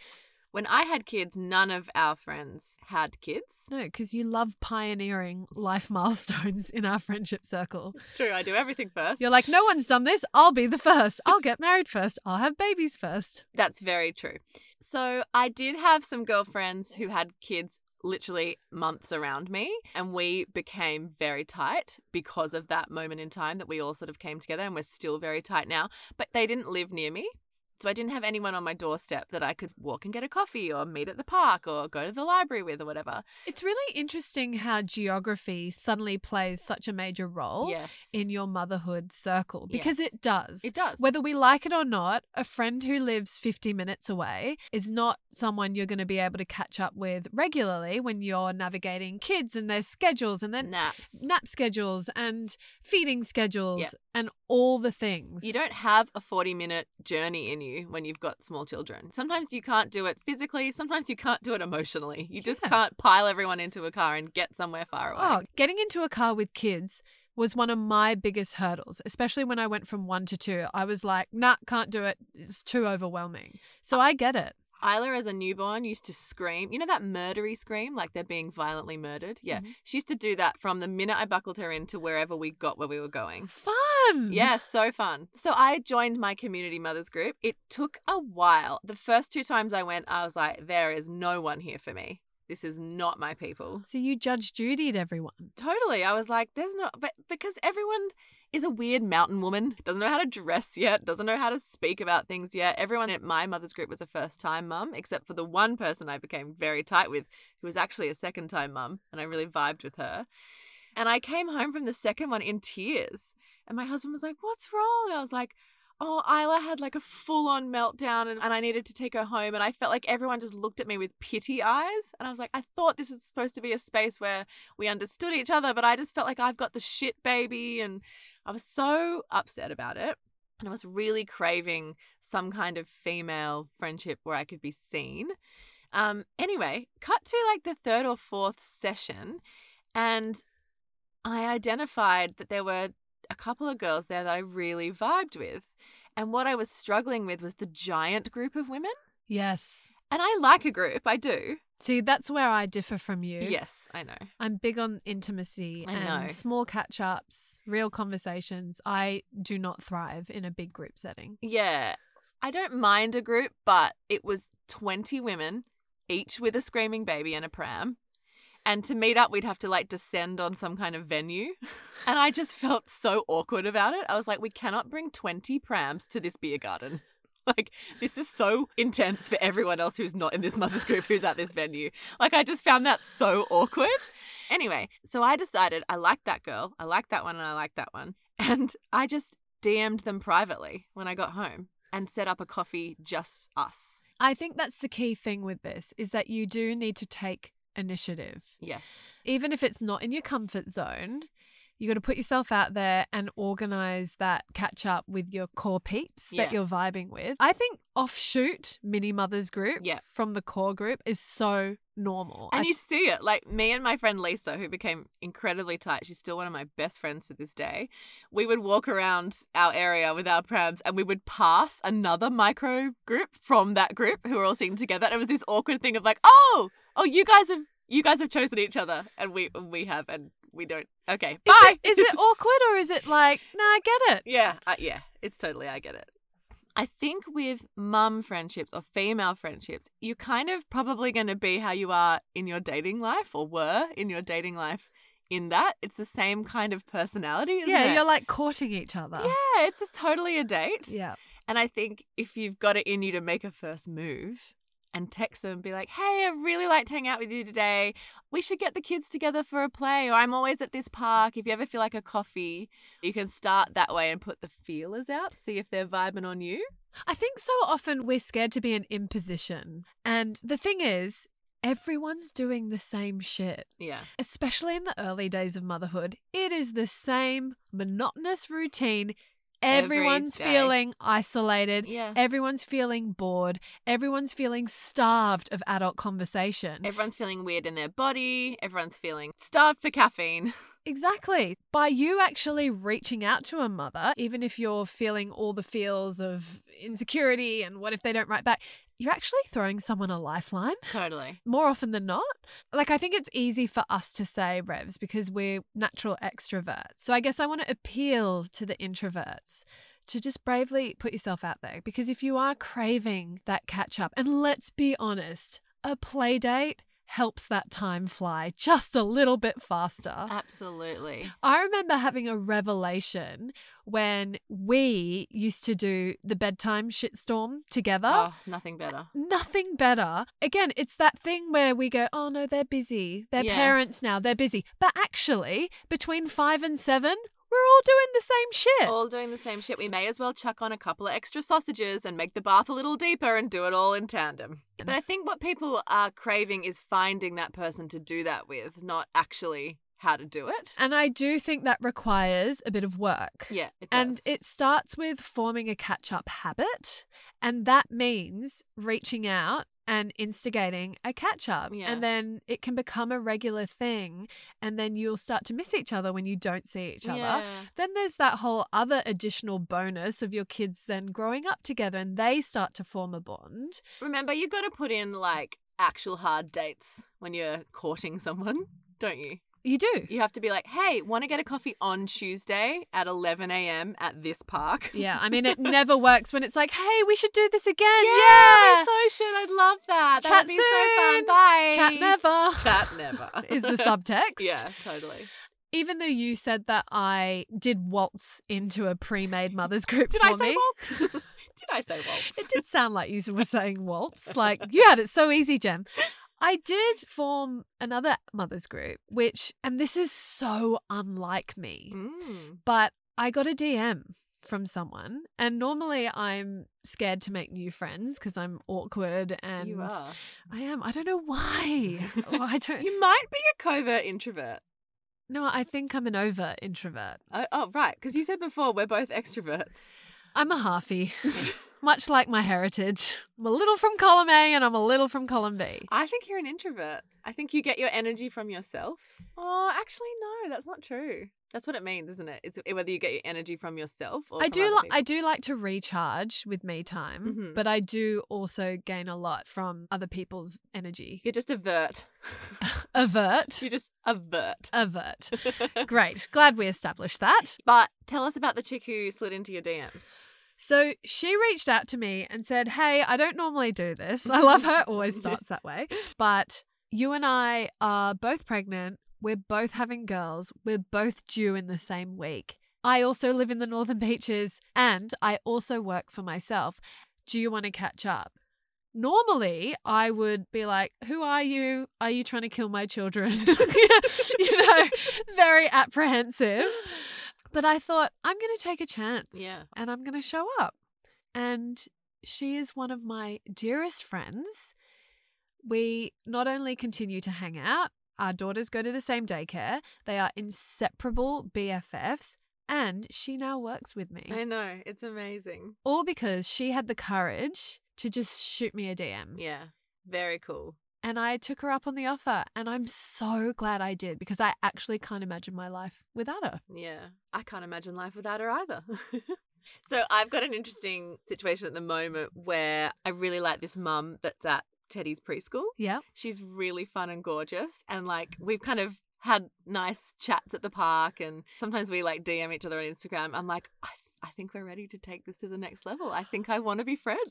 Speaker 2: When I had kids, none of our friends had kids.
Speaker 1: No, because you love pioneering life milestones in our friendship circle.
Speaker 2: It's true. I do everything first.
Speaker 1: You're like, no one's done this. I'll be the first. I'll get married first. I'll have babies first.
Speaker 2: That's very true. So I did have some girlfriends who had kids literally months around me and we became very tight because of that moment in time that we all sort of came together and we're still very tight now but they didn't live near me so I didn't have anyone on my doorstep that I could walk and get a coffee or meet at the park or go to the library with or whatever.
Speaker 1: It's really interesting how geography suddenly plays such a major role
Speaker 2: Yes.
Speaker 1: Oh, in your motherhood circle because
Speaker 2: Yes.
Speaker 1: it does.
Speaker 2: it does.
Speaker 1: Whether we like it or not, a friend who lives 50 minutes away is not someone you're going to be able to catch up with regularly when you're navigating kids and their schedules and their
Speaker 2: naps.
Speaker 1: nap schedules and feeding schedules
Speaker 2: Yep.
Speaker 1: and all the things.
Speaker 2: You don't have a 40 minute journey in you when you've got small children. Sometimes you can't do it physically, sometimes you can't do it emotionally. You just
Speaker 1: Yeah.
Speaker 2: can't pile everyone into a car and get somewhere far away.
Speaker 1: Oh, getting into a car with kids was one of my biggest hurdles, especially when I went from one to two. I was like, nah, can't do it. It's too overwhelming.
Speaker 2: Oh,
Speaker 1: So I get it.
Speaker 2: Isla, as a newborn, used to scream. You know that murdery scream, like they're being violently murdered? Yeah.
Speaker 1: Mhm.
Speaker 2: She used to do that from the minute I buckled her in to wherever we got where we were going.
Speaker 1: Fun.
Speaker 2: Yeah, so fun. So I joined my community mothers group. It took a while. The first two times I went, I was like, there is no one here for me. This is not my people.
Speaker 1: So you judge Judy to everyone.
Speaker 2: Totally. I was like, there's no, but because everyone is a weird mountain woman, doesn't know how to dress yet, doesn't know how to speak about things yet. Everyone at my mother's group was a first time mum, except for the one person I became very tight with, who was actually a second time mum, and I really vibed with her. And I came home from the second one in tears. And my husband was like, What's wrong? I was like, Oh, Isla had like a full on meltdown and, and I needed to take her home. And I felt like everyone just looked at me with pity eyes. And I was like, I thought this was supposed to be a space where we understood each other, but I just felt like I've got the shit baby. And I was so upset about it. And I was really craving some kind of female friendship where I could be seen. Um, anyway, cut to like the third or fourth session, and I identified that there were a couple of girls there that I really vibed with. And what I was struggling with was the giant group of women.
Speaker 1: Yes.
Speaker 2: And I like a group, I do.
Speaker 1: See, that's where I differ from you.
Speaker 2: Yes, I know.
Speaker 1: I'm big on intimacy
Speaker 2: I
Speaker 1: and
Speaker 2: know.
Speaker 1: small catch ups, real conversations. I do not thrive in a big group setting.
Speaker 2: Yeah. I don't mind a group, but it was 20 women, each with a screaming baby and a pram. And to meet up, we'd have to like descend on some kind of venue. And I just felt so awkward about it. I was like, we cannot bring 20 prams to this beer garden. Like, this is so intense for everyone else who's not in this mother's group who's at this venue. Like, I just found that so awkward. Anyway, so I decided I like that girl, I like that one, and I like that one. And I just DM'd them privately when I got home and set up a coffee just us.
Speaker 1: I think that's the key thing with this is that you do need to take initiative.
Speaker 2: Yes.
Speaker 1: Even if it's not in your comfort zone, you got to put yourself out there and organize that catch up with your core peeps
Speaker 2: Yeah.
Speaker 1: that you're vibing with. I think offshoot mini mothers group
Speaker 2: Yeah.
Speaker 1: from the core group is so normal.
Speaker 2: And
Speaker 1: I
Speaker 2: you see it. Like me and my friend Lisa, who became incredibly tight, she's still one of my best friends to this day. We would walk around our area with our prams and we would pass another micro group from that group who were all sitting together. And it was this awkward thing of like, oh, oh, you guys have you guys have chosen each other and we we have and we don't. Okay.
Speaker 1: Is
Speaker 2: Bye.
Speaker 1: it- is it awkward or is it like, nah, I get it?
Speaker 2: Yeah, uh, yeah, it's totally. I get it. I think with mum friendships or female friendships, you're kind of probably going to be how you are in your dating life or were in your dating life. In that, it's the same kind of personality, isn't
Speaker 1: yeah,
Speaker 2: it?
Speaker 1: you're like courting each other.
Speaker 2: yeah, it's just totally a date.
Speaker 1: Yeah.
Speaker 2: And I think if you've got it in you to make a first move and text them and be like, hey, I really liked hanging out with you today. We should get the kids together for a play, or I'm always at this park. If you ever feel like a coffee, you can start that way and put the feelers out, see if they're vibing on you.
Speaker 1: I think so often we're scared to be an imposition. And the thing is, everyone's doing the same shit,
Speaker 2: Yeah.
Speaker 1: especially in the early days of motherhood. It is the same monotonous routine.
Speaker 2: Every
Speaker 1: Everyone's
Speaker 2: day.
Speaker 1: feeling isolated.
Speaker 2: Yeah.
Speaker 1: Everyone's feeling bored. Everyone's feeling starved of adult conversation.
Speaker 2: Everyone's feeling weird in their body. Everyone's feeling starved for caffeine.
Speaker 1: Exactly. By you actually reaching out to a mother, even if you're feeling all the feels of insecurity and what if they don't write back, you're actually throwing someone a lifeline
Speaker 2: Totally.
Speaker 1: more often than not. Like, I think it's easy for us to say revs because we're natural extroverts. So I guess I want to appeal to the introverts to just bravely put yourself out there because if you are craving that catch up, and let's be honest, a play date helps that time fly just a little bit faster.
Speaker 2: Absolutely.
Speaker 1: I remember having a revelation when we used to do the bedtime shitstorm together.
Speaker 2: Oh, nothing better.
Speaker 1: Nothing better. Again, it's that thing where we go, oh no, they're busy. They're
Speaker 2: Yeah.
Speaker 1: parents now, they're busy. But actually, between five and seven, we're all doing the same shit.
Speaker 2: All doing the same shit. We may as well chuck on a couple of extra sausages and make the bath a little deeper and do it all in tandem. But I think what people are craving is finding that person to do that with, not actually how to do it.
Speaker 1: and I do think that requires a bit of work.
Speaker 2: Yeah, it does.
Speaker 1: And it starts with forming a catch up habit. And that means reaching out and instigating a catch up.
Speaker 2: Yeah.
Speaker 1: And then it can become a regular thing. And then you'll start to miss each other when you don't see each other.
Speaker 2: Yeah.
Speaker 1: Then there's that whole other additional bonus of your kids then growing up together and they start to form a bond.
Speaker 2: Remember, you got to put in like actual hard dates when you're courting someone, don't you?
Speaker 1: You do.
Speaker 2: You have to be like, hey, want to get a coffee on Tuesday at 11 a.m. at this park?
Speaker 1: Yeah, I mean, it never works when it's like, hey, we should do this again.
Speaker 2: Yeah,
Speaker 1: Yeah.
Speaker 2: we so should. I'd love that.
Speaker 1: Chat
Speaker 2: That'd be so
Speaker 1: soon.
Speaker 2: fun. Bye.
Speaker 1: Chat never.
Speaker 2: Chat never.
Speaker 1: is the subtext.
Speaker 2: yeah, totally.
Speaker 1: Even though you said that I did waltz into a pre-made mother's group
Speaker 2: Did
Speaker 1: for
Speaker 2: I say
Speaker 1: me.
Speaker 2: waltz? Did I say waltz?
Speaker 1: It did sound like you were saying waltz. Like you had it so easy, Jen. I did form another mother's group, which and this is so unlike me,
Speaker 2: Mm.
Speaker 1: but I got a DM from someone. And normally I'm scared to make new friends because I'm awkward and
Speaker 2: you are.
Speaker 1: I am. I don't know why. Well, I don't
Speaker 2: You might be a covert introvert.
Speaker 1: No, I think I'm an over introvert.
Speaker 2: Oh, oh right. Because you said before we're both extroverts.
Speaker 1: I'm a halfie, much like my heritage. I'm a little from column A and I'm a little from column B.
Speaker 2: I think you're an introvert. I think you get your energy from yourself. Oh, actually, no, that's not true. That's what it means, isn't it? It's whether you get your energy from yourself or
Speaker 1: I
Speaker 2: from
Speaker 1: do
Speaker 2: other
Speaker 1: li-
Speaker 2: people.
Speaker 1: I do like to recharge with me time,
Speaker 2: Mhm.
Speaker 1: but I do also gain a lot from other people's energy.
Speaker 2: You're just avert.
Speaker 1: Avert,
Speaker 2: You're just avert.
Speaker 1: avert. Great. Glad we established that.
Speaker 2: But tell us about the chick who slid into your DMs.
Speaker 1: So she reached out to me and said, Hey, I don't normally do this. I love how it always starts that way. But you and I are both pregnant. We're both having girls. We're both due in the same week. I also live in the Northern Beaches and I also work for myself. Do you want to catch up? Normally, I would be like, Who are you? Are you trying to kill my children? you know, very apprehensive. But I thought, I'm going to take a chance.
Speaker 2: Yeah.
Speaker 1: And I'm going to show up. And she is one of my dearest friends. We not only continue to hang out, our daughters go to the same daycare, they are inseparable BFFs, and she now works with me.
Speaker 2: I know, it's amazing.
Speaker 1: All because she had the courage to just shoot me a DM.
Speaker 2: Yeah, very cool.
Speaker 1: And I took her up on the offer, and I'm so glad I did because I actually can't imagine my life without her.
Speaker 2: Yeah, I can't imagine life without her either. so I've got an interesting situation at the moment where I really like this mum that's at Teddy's preschool.
Speaker 1: Yeah.
Speaker 2: She's really fun and gorgeous. And like, we've kind of had nice chats at the park. And sometimes we like DM each other on Instagram. I'm like, I, I think we're ready to take this to the next level. I think I want to be friends.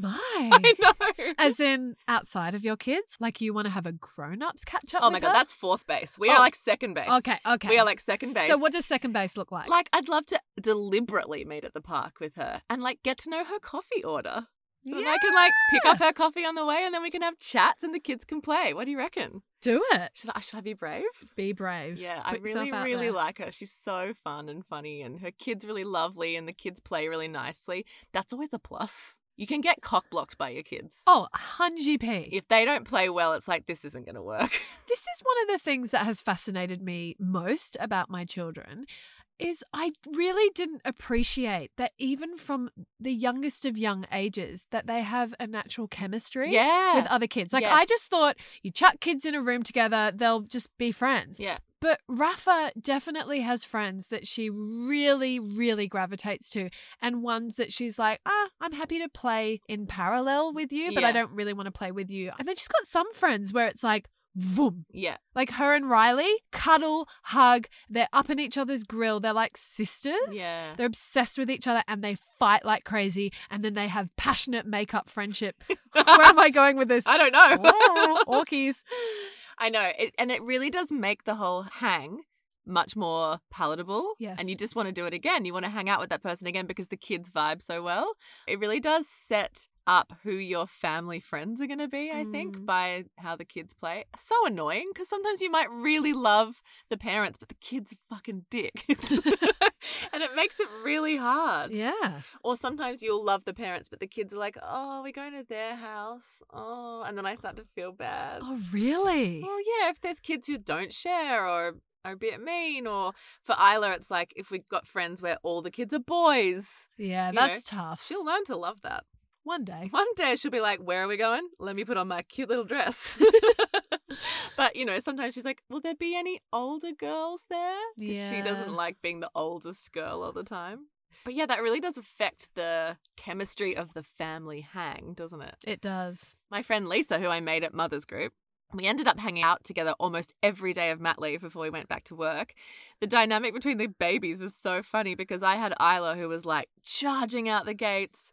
Speaker 1: Oh
Speaker 2: I
Speaker 1: my.
Speaker 2: Hmm. know.
Speaker 1: As in outside of your kids, like you want to have a grown ups catch up.
Speaker 2: oh my God, that's fourth base. We are
Speaker 1: Oh.
Speaker 2: like second base.
Speaker 1: okay. Okay.
Speaker 2: We are like second base.
Speaker 1: So what does second base look like?
Speaker 2: Like, I'd love to deliberately meet at the park with her and like get to know her coffee order. And I can like pick up her coffee on the way and then we can have chats and the kids can play. What do you reckon?
Speaker 1: do it.
Speaker 2: Should I, should I be brave?
Speaker 1: Be brave.
Speaker 2: Yeah, I
Speaker 1: Put yourself
Speaker 2: really,
Speaker 1: out
Speaker 2: really
Speaker 1: there.
Speaker 2: like her. She's so fun and funny and her kid's really lovely and the kids play really nicely. That's always a plus. You can get cock blocked by your kids.
Speaker 1: Oh, Hunji P.
Speaker 2: If they don't play well, it's like this isn't going to work.
Speaker 1: This is one of the things that has fascinated me most about my children is I really didn't appreciate that even from the youngest of young ages that they have a natural chemistry
Speaker 2: Yeah.
Speaker 1: with other kids. Like I
Speaker 2: Yes.
Speaker 1: just thought you chuck kids in a room together, they'll just be friends.
Speaker 2: Yeah.
Speaker 1: But Rafa definitely has friends that she really, really gravitates to, and ones that she's like, ah, I'm happy to play in parallel with you, but I
Speaker 2: Yeah.
Speaker 1: don't really want to play with you. And then she's got some friends where it's like, vroom.
Speaker 2: Yeah.
Speaker 1: Like her and Riley cuddle, hug, they're up in each other's grill. They're like sisters.
Speaker 2: Yeah.
Speaker 1: They're obsessed with each other and they fight like crazy, and then they have passionate make-up friendship. Where am I going with this?
Speaker 2: I don't know.
Speaker 1: Whoa, Orkies.
Speaker 2: I know. It, and it really does make the whole hang much more palatable.
Speaker 1: Yes.
Speaker 2: And you just want to do it again. You want to hang out with that person again because the kids vibe so well. It really does set up who your family friends are going to be, I think,
Speaker 1: Mm.
Speaker 2: by how the kids play. So annoying because sometimes you might really love the parents, but the kids are fucking dick. and it makes it really hard.
Speaker 1: Yeah.
Speaker 2: Or sometimes you'll love the parents, but the kids are like, oh, we're going to their house. Oh, and then I start to feel bad.
Speaker 1: Oh, really?
Speaker 2: Well, yeah, if there's kids who don't share or are a bit mean, or for Isla, it's like if we've got friends where all the kids are boys,
Speaker 1: Yeah,
Speaker 2: you know,
Speaker 1: that's tough.
Speaker 2: she'll learn to love that.
Speaker 1: one day.
Speaker 2: One day she'll be like, Where are we going? Let me put on my cute little dress. but, you know, sometimes she's like, Will there be any older girls there? 'Cause She doesn't
Speaker 1: Yeah.
Speaker 2: like being the oldest girl all the time. But yeah, that really does affect the chemistry of the family hang, doesn't it?
Speaker 1: It does.
Speaker 2: my friend Lisa, who I made at Mother's Group, we ended up hanging out together almost every day of mat leave before we went back to work. The dynamic between the babies was so funny because I had Isla, who was like charging out the gates,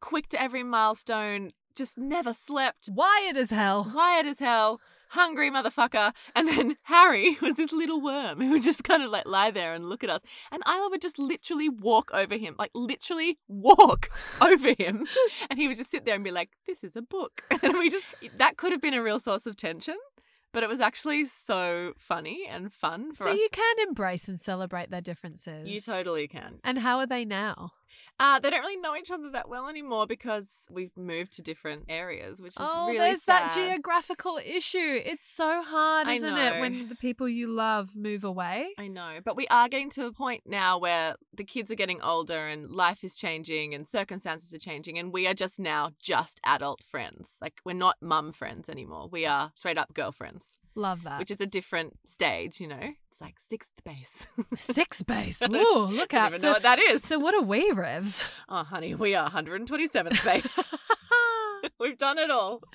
Speaker 2: quick to every milestone, just never slept,
Speaker 1: Wired as hell.
Speaker 2: wired as hell, hungry motherfucker. And then Harry was this little worm who would just kind of like lie there and look at us. And Isla would just literally walk over him, like literally walk over him. And he would just sit there and be like, this is a book. And we just, that could have been a real source of tension. But it was actually so funny and fun for
Speaker 1: So
Speaker 2: us.
Speaker 1: you can embrace and celebrate their differences.
Speaker 2: you totally can.
Speaker 1: And how are they now?
Speaker 2: Uh, they don't really know each other that well anymore because we've moved to different areas, which is
Speaker 1: oh,
Speaker 2: really
Speaker 1: there's that
Speaker 2: sad.
Speaker 1: geographical issue. It's so hard,
Speaker 2: I
Speaker 1: isn't
Speaker 2: know.
Speaker 1: it, when the people you love move away?
Speaker 2: I know, but we are getting to a point now where the kids are getting older and life is changing and circumstances are changing, and we are just now just adult friends. Like, we're not mum friends anymore. We are straight up girlfriends,
Speaker 1: Love that.
Speaker 2: which is a different stage, you know? It's like sixth base.
Speaker 1: Six base.
Speaker 2: I don't-
Speaker 1: Ooh, look
Speaker 2: I don't
Speaker 1: out.
Speaker 2: even
Speaker 1: So,
Speaker 2: know what that is.
Speaker 1: so what are we, Revs?
Speaker 2: Oh, honey, we are 127th base. We've done it all.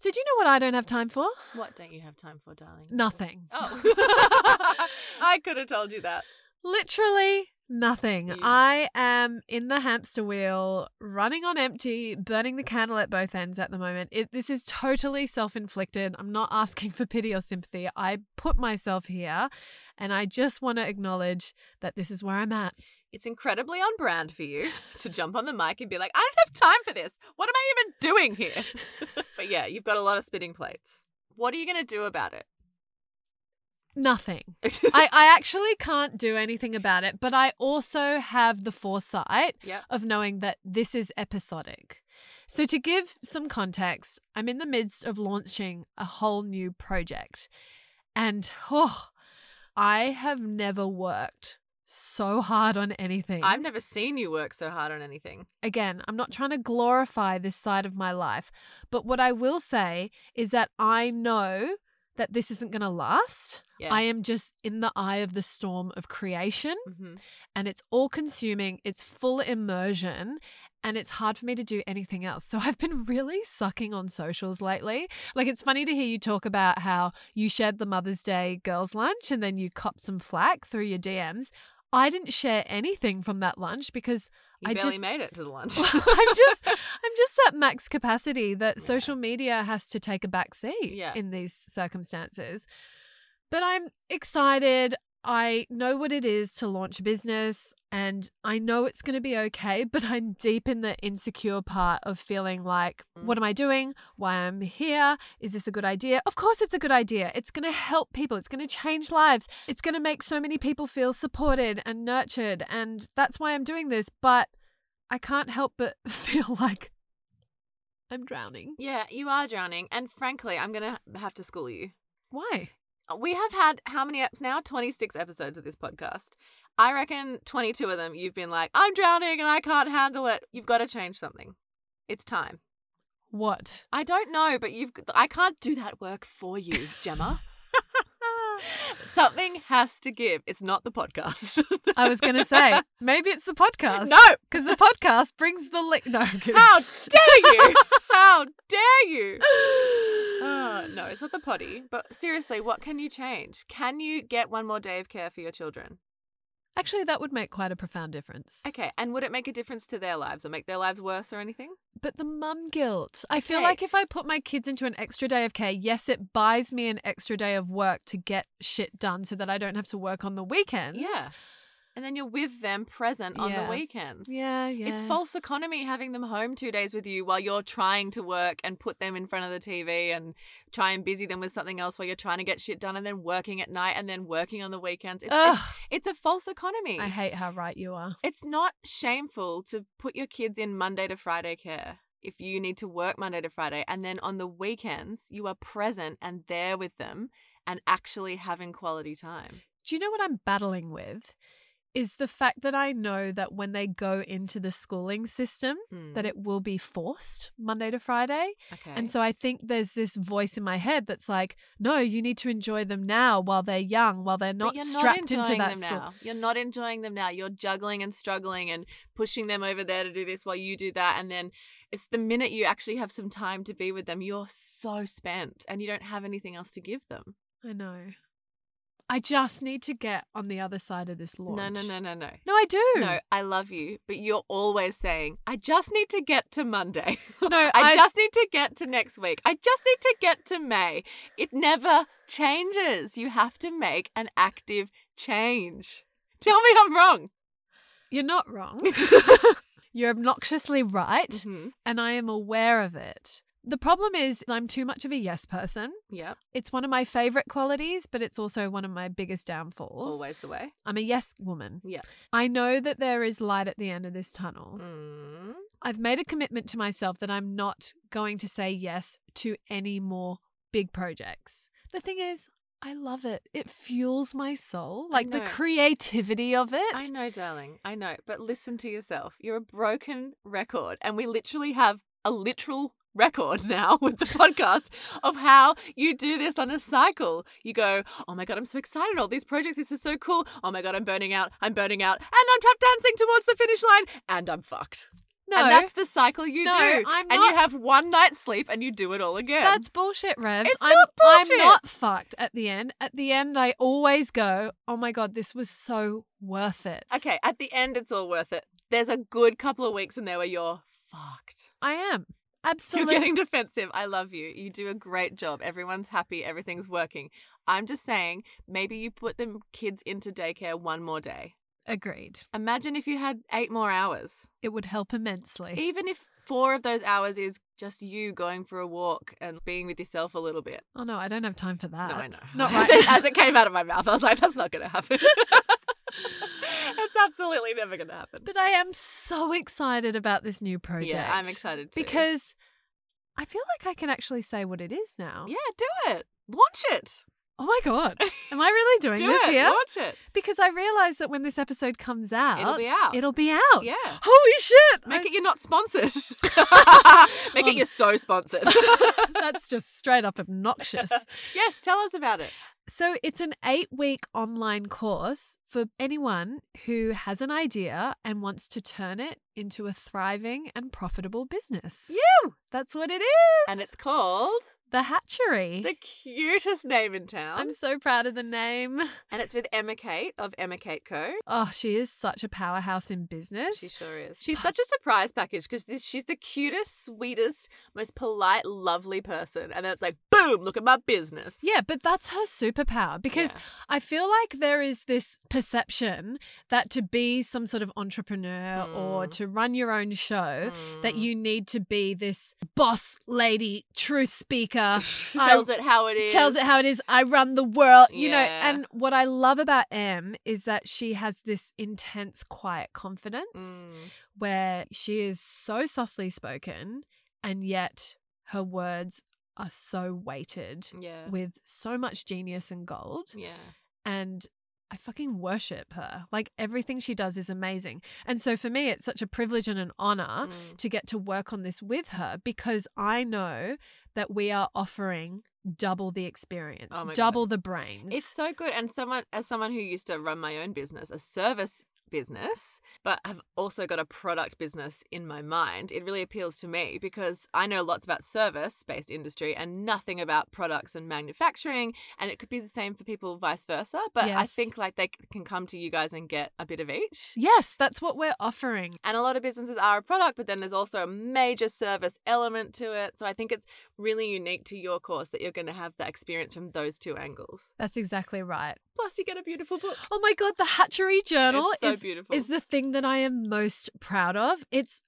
Speaker 1: So do you know what I don't have time for?
Speaker 2: What don't you have time for, darling?
Speaker 1: Nothing.
Speaker 2: Oh. I could have told you that.
Speaker 1: Literally nothing.
Speaker 2: Mm.
Speaker 1: I am in the hamster wheel, running on empty, burning the candle at both ends at the moment. It, this is totally self inflicted. I'm not asking for pity or sympathy. I put myself here and I just want to acknowledge that this is where I'm at.
Speaker 2: It's incredibly on brand for you to jump on the mic and be like, I don't have time for this. What am I even doing here? but yeah, you've got a lot of spitting plates. What are you going to do about it?
Speaker 1: Nothing. I, I actually can't do anything about it, but I also have the foresight
Speaker 2: Yep.
Speaker 1: of knowing that this is episodic. So, to give some context, I'm in the midst of launching a whole new project. And oh, I have never worked so hard on anything.
Speaker 2: I've never seen you work so hard on anything.
Speaker 1: Again, I'm not trying to glorify this side of my life, but what I will say is that I know that this isn't going to last.
Speaker 2: Yeah.
Speaker 1: I am just in the eye of the storm of creation
Speaker 2: hmm
Speaker 1: and it's all consuming, it's full immersion, and it's hard for me to do anything else. So I've been really sucking on socials lately. Like it's funny to hear you talk about how you shared the Mother's Day girls' lunch and then you copped some flack through your DMs. I didn't share anything from that lunch because
Speaker 2: You
Speaker 1: I
Speaker 2: barely
Speaker 1: just-
Speaker 2: made it to the lunch.
Speaker 1: I'm just I'm just at max capacity that
Speaker 2: Yeah.
Speaker 1: social media has to take a back seat
Speaker 2: Yeah.
Speaker 1: in these circumstances. But I'm excited. I know what it is to launch a business and I know it's going to be okay, but I'm deep in the insecure part of feeling like,
Speaker 2: Mm.
Speaker 1: what am I doing? Why I'm here? Is this a good idea? Of course, it's a good idea. It's going to help people, it's going to change lives, it's going to make so many people feel supported and nurtured. And that's why I'm doing this. But I can't help but feel like I'm drowning.
Speaker 2: yeah, you are drowning. And frankly, I'm going to have to school you.
Speaker 1: Why?
Speaker 2: We have had how many eps now? 26 episodes of this podcast. I reckon 22 of them you've been like, I'm drowning and I can't handle it. You've got to change something. It's time.
Speaker 1: What?
Speaker 2: I don't know, but you've I can't do that work for you, Gemma. Something has to give. It's not the podcast.
Speaker 1: I was going to say, maybe it's the podcast.
Speaker 2: no.
Speaker 1: Because the podcast brings the li- No, I'm kidding.
Speaker 2: How dare you? How dare you? Oh, no, it's not the potty. But seriously, what can you change? Can you get one more day of care for your children?
Speaker 1: Actually, that would make quite a profound difference.
Speaker 2: Okay, and would it make a difference to their lives or make their lives worse or anything?
Speaker 1: But the mum guilt. I feel
Speaker 2: Okay.
Speaker 1: like if I put my kids into an extra day of care, yes, it buys me an extra day of work to get shit done so that I don't have to work on the weekends.
Speaker 2: Yeah. And then you're with them present on
Speaker 1: Yeah.
Speaker 2: the weekends.
Speaker 1: Yeah, yeah.
Speaker 2: It's false economy having them home two days with you while you're trying to work and put them in front of the TV and try and busy them with something else while you're trying to get shit done and then working at night and then working on the weekends. It's,
Speaker 1: Ugh,
Speaker 2: it's a false economy.
Speaker 1: I hate how right you are.
Speaker 2: it's not shameful to put your kids in Monday to Friday care if you need to work Monday to Friday. And then on the weekends, you are present and there with them and actually having quality time.
Speaker 1: Do you know what I'm battling with? Is the fact that I know that when they go into the schooling system,
Speaker 2: Mm,
Speaker 1: that it will be forced Monday to Friday.
Speaker 2: okay.
Speaker 1: And so I think there's this voice in my head that's like, no, you need to enjoy them now while they're young, while they're
Speaker 2: But
Speaker 1: not
Speaker 2: you're
Speaker 1: strapped into
Speaker 2: enjoying
Speaker 1: that
Speaker 2: them
Speaker 1: school.
Speaker 2: now. You're not enjoying them now. You're juggling and struggling and pushing them over there to do this while you do that. And then it's the minute you actually have some time to be with them, you're so spent and you don't have anything else to give them.
Speaker 1: I know. I just need to get on the other side of this launch.
Speaker 2: No, no, no, no, no.
Speaker 1: No, I do.
Speaker 2: No, I love you, but you're always saying, I just need to get to Monday.
Speaker 1: No,
Speaker 2: I
Speaker 1: I-
Speaker 2: just need to get to next week. I just need to get to May. It never changes. You have to make an active change. Tell me I'm wrong.
Speaker 1: You're not wrong. You're obnoxiously right,
Speaker 2: Mm-hmm.
Speaker 1: and I am aware of it. The problem is, I'm too much of a yes person.
Speaker 2: Yep.
Speaker 1: It's one of my favorite qualities, but it's also one of my biggest downfalls.
Speaker 2: Always the way.
Speaker 1: I'm a yes woman.
Speaker 2: Yeah.
Speaker 1: I know that there is light at the end of this tunnel.
Speaker 2: Mm.
Speaker 1: I've made a commitment to myself that I'm not going to say yes to any more big projects. The thing is, I love it. It fuels my soul, like the
Speaker 2: know.
Speaker 1: creativity of it.
Speaker 2: I know, darling. I know. But listen to yourself. You're a broken record. And we literally have a literal record now with the podcast of how you do this on a cycle. You go, oh my God, I'm so excited. All these projects. This is so cool. Oh my God, I'm burning out. I'm burning out. And I'm tap dancing towards the finish line. And I'm fucked.
Speaker 1: No,
Speaker 2: And that's the cycle you
Speaker 1: No,
Speaker 2: do.
Speaker 1: I'm
Speaker 2: and
Speaker 1: not-
Speaker 2: you have one night's sleep and you do it all again.
Speaker 1: that's bullshit, Revs.
Speaker 2: It's
Speaker 1: I'm,
Speaker 2: not bullshit.
Speaker 1: I'm not fucked at the end. At the end, I always go, oh my God, this was so worth it.
Speaker 2: Okay, at the end, it's all worth it. There's a good couple of weeks in there where you're fucked.
Speaker 1: I am.
Speaker 2: You're
Speaker 1: Absolutely.
Speaker 2: getting defensive. I love you. You do a great job. Everyone's happy. Everything's working. I'm just saying, maybe you put the kids into daycare one more day.
Speaker 1: Agreed.
Speaker 2: Imagine if you had eight more hours.
Speaker 1: It would help immensely.
Speaker 2: Even if four of those hours is just you going for a walk and being with yourself a little bit.
Speaker 1: Oh no, I don't have time for that.
Speaker 2: No, I know.
Speaker 1: Not right.
Speaker 2: As it came out of my mouth, I was like, that's not going to happen. it's absolutely never going to happen.
Speaker 1: But I am so excited about this new project.
Speaker 2: Yeah, I'm excited too.
Speaker 1: because I feel like I can actually say what it is now.
Speaker 2: Yeah, do it. Launch it.
Speaker 1: Oh my god, am I really doing
Speaker 2: Do
Speaker 1: this
Speaker 2: it.
Speaker 1: here?
Speaker 2: Launch it.
Speaker 1: Because I realize that when this episode comes out,
Speaker 2: It'll be out.
Speaker 1: It'll be out.
Speaker 2: Yeah.
Speaker 1: Holy shit!
Speaker 2: Make
Speaker 1: I-
Speaker 2: it you're not sponsored. Make it
Speaker 1: Um,
Speaker 2: you're so sponsored.
Speaker 1: That's just straight up obnoxious.
Speaker 2: yes, tell us about it.
Speaker 1: So, it's an eight week online course for anyone who has an idea and wants to turn it into a thriving and profitable business.
Speaker 2: You.
Speaker 1: That's what it is.
Speaker 2: And it's called
Speaker 1: The Hatchery.
Speaker 2: the cutest name in town.
Speaker 1: I'm so proud of the name.
Speaker 2: and it's with Emma Kate of Emma Kate Co.
Speaker 1: Oh, she is such a powerhouse in business.
Speaker 2: She sure is. She's such a surprise package because she's the cutest, sweetest, most polite, lovely person. And then it's like, boom, look at my business.
Speaker 1: Yeah, but that's her superpower because
Speaker 2: Yeah.
Speaker 1: I feel like there is this perception that to be some sort of entrepreneur or
Speaker 2: Mm.
Speaker 1: to run your own show, that
Speaker 2: Mm.
Speaker 1: you need to be this boss lady, truth speaker,
Speaker 2: tells
Speaker 1: I-
Speaker 2: it how it is.
Speaker 1: tells it how it is. I run the world, you know.
Speaker 2: Yeah.
Speaker 1: And what I love about Em is that she has this intense, quiet confidence.
Speaker 2: Mm.
Speaker 1: where she is so softly spoken and yet her words are so weighted
Speaker 2: Yeah.
Speaker 1: with so much genius and gold
Speaker 2: Yeah.
Speaker 1: and I fucking worship her. Like everything she does is amazing. And so for me it's such a privilege and an honor
Speaker 2: Mm.
Speaker 1: to get to work on this with her because I know that we are offering double the experience,
Speaker 2: Oh my God.
Speaker 1: double the brains.
Speaker 2: It's so good. And someone as someone who used to run my own business, a service business, but I've also got a product business in my mind, it really appeals to me because I know lots about service based industry and nothing about products and manufacturing. And it could be the same for people vice versa. But I
Speaker 1: Yes.
Speaker 2: think like they c- can come to you guys and get a bit of each.
Speaker 1: yes, that's what we're offering.
Speaker 2: And a lot of businesses are a product, but then there's also a major service element to it. So I think it's really unique to your course that you're going to have that experience from those two angles.
Speaker 1: That's exactly right.
Speaker 2: Plus, you get a beautiful book.
Speaker 1: Oh my god, the hatchery journal
Speaker 2: It's so
Speaker 1: is
Speaker 2: beautiful.
Speaker 1: is the thing that I am most proud of. It's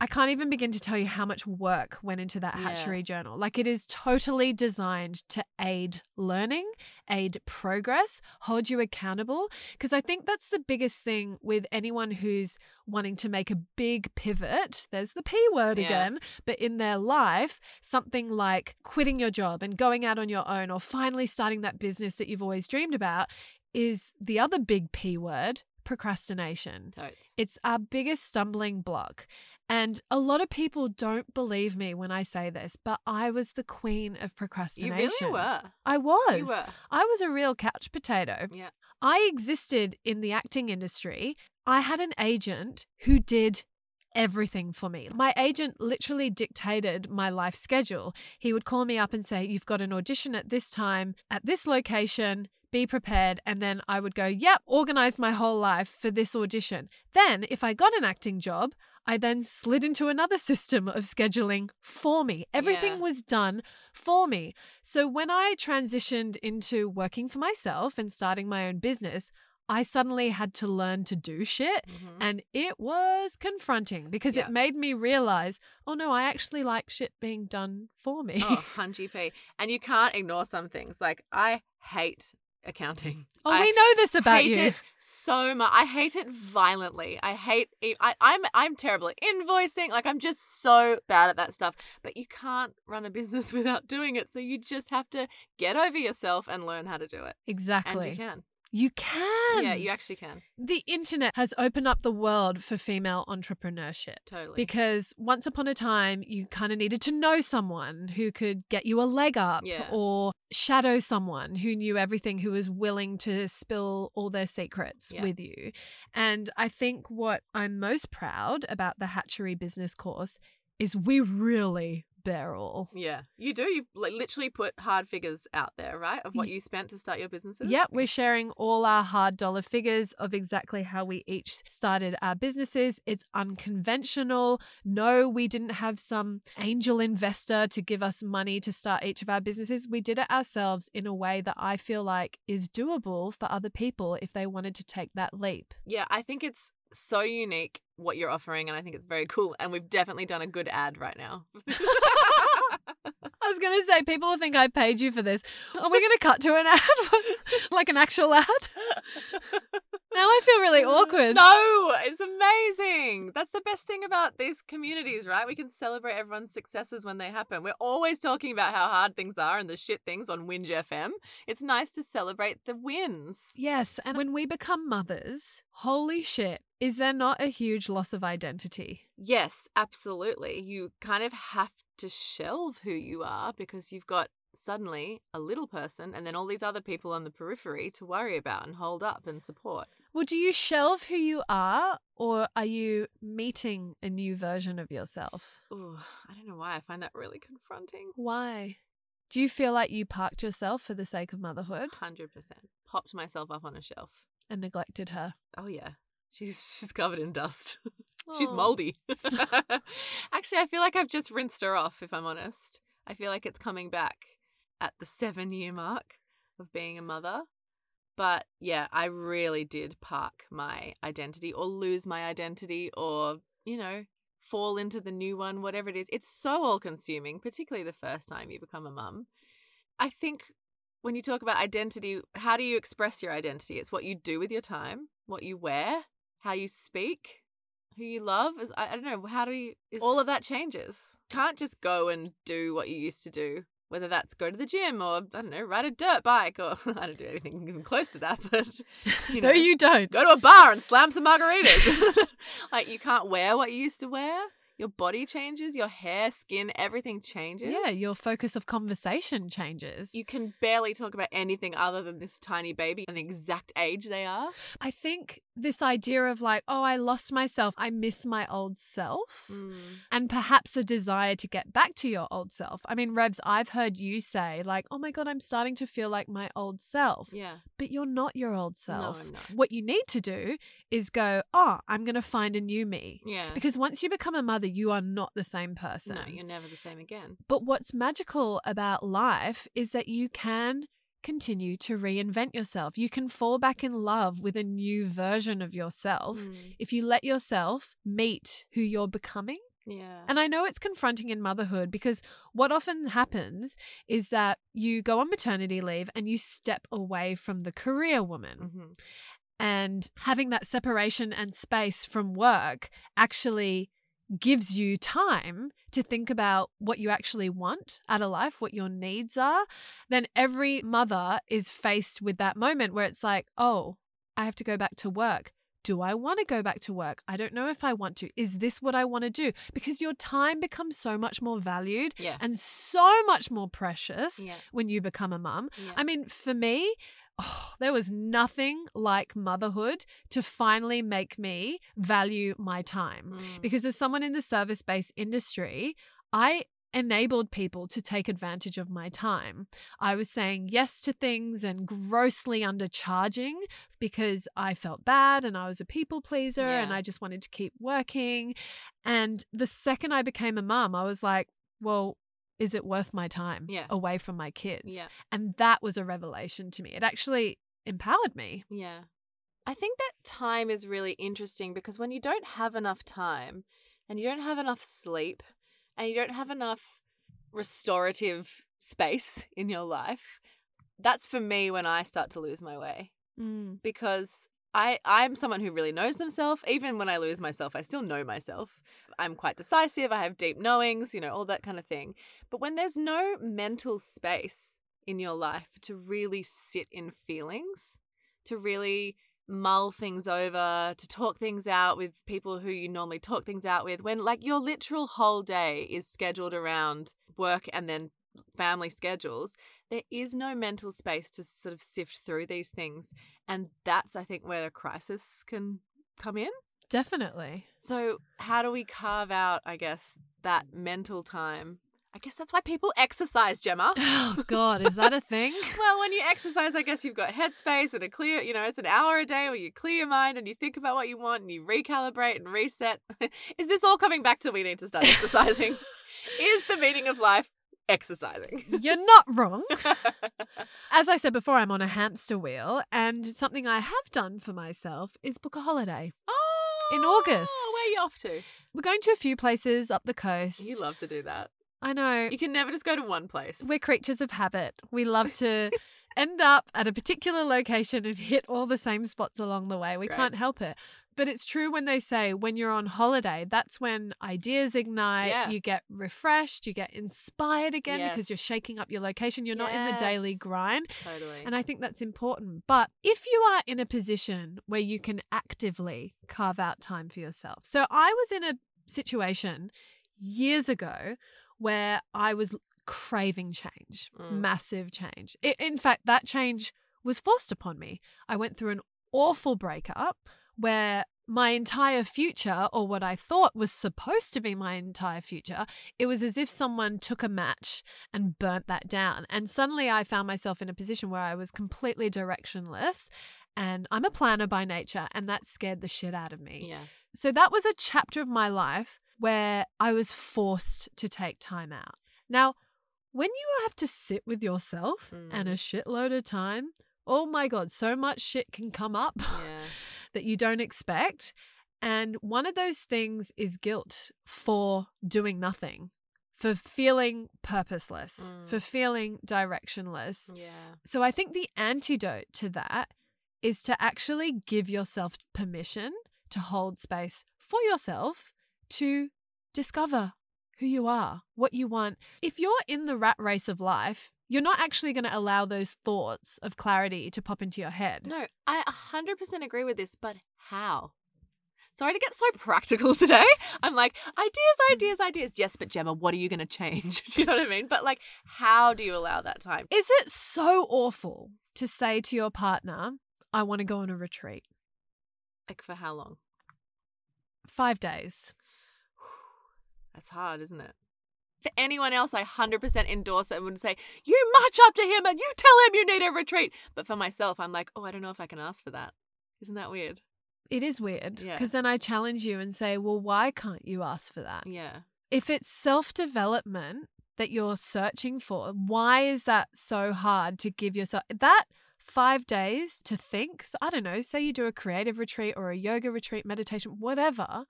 Speaker 1: I can't even begin to tell you how much work went into that
Speaker 2: Yeah.
Speaker 1: hatchery journal. Like it is totally designed to aid learning, aid progress, hold you accountable because I think that's the biggest thing with anyone who's wanting to make a big pivot. There's the P word
Speaker 2: Yeah.
Speaker 1: again, but in their life, something like quitting your job and going out on your own or finally starting that business that you've always dreamed about is the other big P word procrastination.
Speaker 2: Totes.
Speaker 1: It's our biggest stumbling block. And a lot of people don't believe me when I say this, but I was the queen of
Speaker 2: You
Speaker 1: procrastination.
Speaker 2: really were.
Speaker 1: I was.
Speaker 2: You were.
Speaker 1: I was a real couch potato.
Speaker 2: Yeah.
Speaker 1: I existed in the acting industry. I had an agent who did everything for me. My agent literally dictated my life schedule. He would call me up and say, You've got an audition at this time, at this location, be prepared. And then I would go, Yep, organize my whole life for this audition. Then, if I got an acting job, I then slid into another system of scheduling for me. Everything
Speaker 2: Yeah.
Speaker 1: was done for me. So when I transitioned into working for myself and starting my own business, I suddenly had to learn to do shit.
Speaker 2: Mhm.
Speaker 1: And it was confronting because
Speaker 2: Yeah.
Speaker 1: it made me realize, oh no, I actually like shit being done for me.
Speaker 2: Oh, 100p. And you can't ignore some things. Like, I hate accounting.
Speaker 1: Oh,
Speaker 2: I
Speaker 1: we know this about
Speaker 2: hate
Speaker 1: you.
Speaker 2: it so much. I hate it violently. I hate e- I, I'm I'm terrible at invoicing. Like I'm just so bad at that stuff. But you can't run a business without doing it. So you just have to get over yourself and learn how to do it.
Speaker 1: Exactly.
Speaker 2: And you can.
Speaker 1: You can.
Speaker 2: yeah, you actually can.
Speaker 1: the internet has opened up the world for female entrepreneurship.
Speaker 2: Totally.
Speaker 1: Because once upon a time, you kind of needed to know someone who could get you a leg up
Speaker 2: Yeah.
Speaker 1: or shadow someone who knew everything, who was willing to spill all their secrets
Speaker 2: Yeah.
Speaker 1: with you. And I think what I'm most proud about the Hatchery Business Course is we really bear all.
Speaker 2: yeah, you do. You li- literally put hard figures out there, right? Of what you spent to start your businesses.
Speaker 1: Yep, we're sharing all our hard dollar figures of exactly how we each started our businesses. It's unconventional. No, we didn't have some angel investor to give us money to start each of our businesses. We did it ourselves in a way that I feel like is doable for other people if they wanted to take that leap.
Speaker 2: Yeah, I think it's so unique what you're offering, and I think it's very cool. And we've definitely done a good ad right now.
Speaker 1: I was going to say, people will think I paid you for this. Are we going to cut to an ad? like an actual ad? Now I feel really awkward.
Speaker 2: No, it's amazing. That's the best thing about these communities, right? We can celebrate everyone's successes when they happen. We're always talking about how hard things are and the shit things on Whinge FM. It's nice to celebrate the wins.
Speaker 1: Yes. And when we become mothers, holy shit, is there not a huge loss of identity?
Speaker 2: Yes, absolutely. You kind of have to shelve who you are because you've got suddenly a little person and then all these other people on the periphery to worry about and hold up and support.
Speaker 1: Well, do you shelve who you are or are you meeting a new version of yourself?
Speaker 2: Ooh, I don't know why I find that really confronting.
Speaker 1: Why? Do you feel like you parked yourself for the sake of motherhood
Speaker 2: 100%. Popped myself up on a shelf.
Speaker 1: and neglected her?
Speaker 2: Oh yeah. She's she's covered in dust. she's
Speaker 1: Aw.
Speaker 2: moldy. Actually, I feel like I've just rinsed her off if I'm honest. I feel like it's coming back at the 7-year mark of being a mother. But yeah, I really did park my identity or lose my identity or, you know, fall into the new one, whatever it is. It's so all consuming, particularly the first time you become a mum. I think when you talk about identity, how do you express your identity? It's what you do with your time, what you wear, how you speak, who you love. Is- I I don't know. How do you? All of that changes. Can't just go and do what you used to do. Whether that's go to the gym or I don't know, ride a dirt bike or I don't do anything even close to that, but you know,
Speaker 1: no, you don't.
Speaker 2: go to a bar and slam some margaritas. like you can't wear what you used to wear. Your body changes, your hair, skin, everything changes.
Speaker 1: Yeah, your focus of conversation changes.
Speaker 2: You can barely talk about anything other than this tiny baby and the exact age they are.
Speaker 1: I think this idea of like, oh, I lost myself, I miss my old self, and perhaps a desire to get back to your old self. I mean, Rebs, I've heard you say, like, oh my God, I'm starting to feel like my old self,
Speaker 2: Yeah.
Speaker 1: but you're not your old self.
Speaker 2: No, I'm not.
Speaker 1: What you need to do is go, oh, I'm going to find a new me.
Speaker 2: Yeah.
Speaker 1: Because um, once you become a mother, you are not the same person.
Speaker 2: no, you're never the same again.
Speaker 1: But what's magical about life is that you can continue to reinvent yourself. You can fall back in love with a new version of yourself
Speaker 2: Mm,
Speaker 1: if you let yourself meet who you're becoming.
Speaker 2: yeah.
Speaker 1: And I know it's confronting in motherhood because what often happens is that you go on maternity leave and you step away from the career woman
Speaker 2: Mhm.
Speaker 1: and having that separation and space from work actually gives you time to think about what you actually want out of life, what your needs are, then every mother is faced with that moment where it's like, oh, I have to go back to work. Do I want to go back to work? I don't know if I want to. Is this what I want to do? Because your time becomes so much more valued
Speaker 2: Yeah.
Speaker 1: and so much more precious
Speaker 2: yeah.
Speaker 1: when you become a mum.
Speaker 2: Yeah.
Speaker 1: I mean, for me, oh, there was nothing like motherhood to finally make me value my time.
Speaker 2: Mm.
Speaker 1: Because as someone in the service based industry, I enabled people to take advantage of my time. I was saying yes to things and grossly undercharging because I felt bad and I was a people pleaser and
Speaker 2: Yeah.
Speaker 1: I just wanted to keep working. And the second I became a mum, I was like, well, is it worth my time
Speaker 2: Yeah.
Speaker 1: away from my kids?
Speaker 2: yeah.
Speaker 1: And that was a revelation to me. It actually empowered me.
Speaker 2: Yeah. I think that time is really interesting because when you don't have enough time and you don't have enough sleep and you don't have enough restorative space in your life, that's for me when I start to lose my way
Speaker 1: Mm.
Speaker 2: because I I'm someone who really knows themselves. Even when I lose myself, I still know myself. I'm quite decisive. I have deep knowings, you know, all that kind of thing. But when there's no mental space in your life to really sit in feelings, to really mull things over, to talk things out with people who you normally talk things out with, when like your literal whole day is scheduled around work and then family schedules, there is no mental space to sort of sift through these things. And that's, I think, where the crisis can come in.
Speaker 1: Definitely.
Speaker 2: So, how do we carve out, I guess, that mental time? I guess that's why people exercise, Gemma.
Speaker 1: Oh, God, is that a thing?
Speaker 2: well, when you exercise, I guess you've got headspace and a clear, you know, it's an hour a day where you clear your mind and you think about what you want and you recalibrate and reset. Is this all coming back to we need to start exercising? Is the meaning of life exercising?
Speaker 1: You're not wrong. As I said before, I'm on a hamster wheel, and something I have done for myself is book a holiday.
Speaker 2: Oh,
Speaker 1: In August.
Speaker 2: Where are you off to?
Speaker 1: We're going to a few places up the coast.
Speaker 2: You love to do that.
Speaker 1: I know.
Speaker 2: You can never just go to one place.
Speaker 1: We're creatures of habit. We love to end up at a particular location and hit all the same spots along the way. We
Speaker 2: Right.
Speaker 1: can't help it. But it's true when they say when you're on holiday, that's when ideas ignite.
Speaker 2: Yeah.
Speaker 1: You get refreshed, you get inspired again because
Speaker 2: Yes.
Speaker 1: you're shaking up your location. You're not in the daily
Speaker 2: Yes.
Speaker 1: grind.
Speaker 2: Totally.
Speaker 1: And I think that's important. But if you are in a position where you can actively carve out time for yourself. So I was in a situation years ago where I was craving change,
Speaker 2: Mm.
Speaker 1: massive change. I in fact, that change was forced upon me. I went through an awful breakup where my entire future, or what I thought was supposed to be my entire future, it was as if someone took a match and burnt that down. And suddenly I found myself in a position where I was completely directionless. And I'm a planner by nature, and that scared the shit out of me.
Speaker 2: yeah.
Speaker 1: So that was a chapter of my life where I was forced to take time out. Now, when you have to sit with yourself
Speaker 2: Mm.
Speaker 1: and a shitload of time, oh my God, so much shit can come up
Speaker 2: Yeah.
Speaker 1: that you don't expect. And one of those things is guilt for doing nothing, for feeling purposeless,
Speaker 2: Mm.
Speaker 1: for feeling directionless.
Speaker 2: Yeah.
Speaker 1: So I think the antidote to that is to actually give yourself permission to hold space for yourself to discover who you are, what you want. If you're in the rat race of life, you're not actually going to allow those thoughts of clarity to pop into your head.
Speaker 2: No, I 100% agree with this, but how? Sorry to get so practical today. I'm like, ideas, ideas, ideas. Yes, but Gemma, what are you going to change? Do you know what I mean? But like, how do you allow that time?
Speaker 1: Is it so awful to say to your partner, I want to go on a retreat?
Speaker 2: Like, for how long?
Speaker 1: Five days.
Speaker 2: That's hard, isn't it? For anyone else, I 100% endorse it and would say, you march up to him and you tell him you need a retreat. But for myself, I'm like, oh, I don't know if I can ask for that. Isn't that weird?
Speaker 1: It is weird
Speaker 2: Yeah.
Speaker 1: because then I challenge you and say, well, why can't you ask for that?
Speaker 2: Yeah.
Speaker 1: If it's self development that you're searching for, why is that so hard to give yourself that five days to think? So, I don't know, say you do a creative retreat or a yoga retreat, meditation, whatever.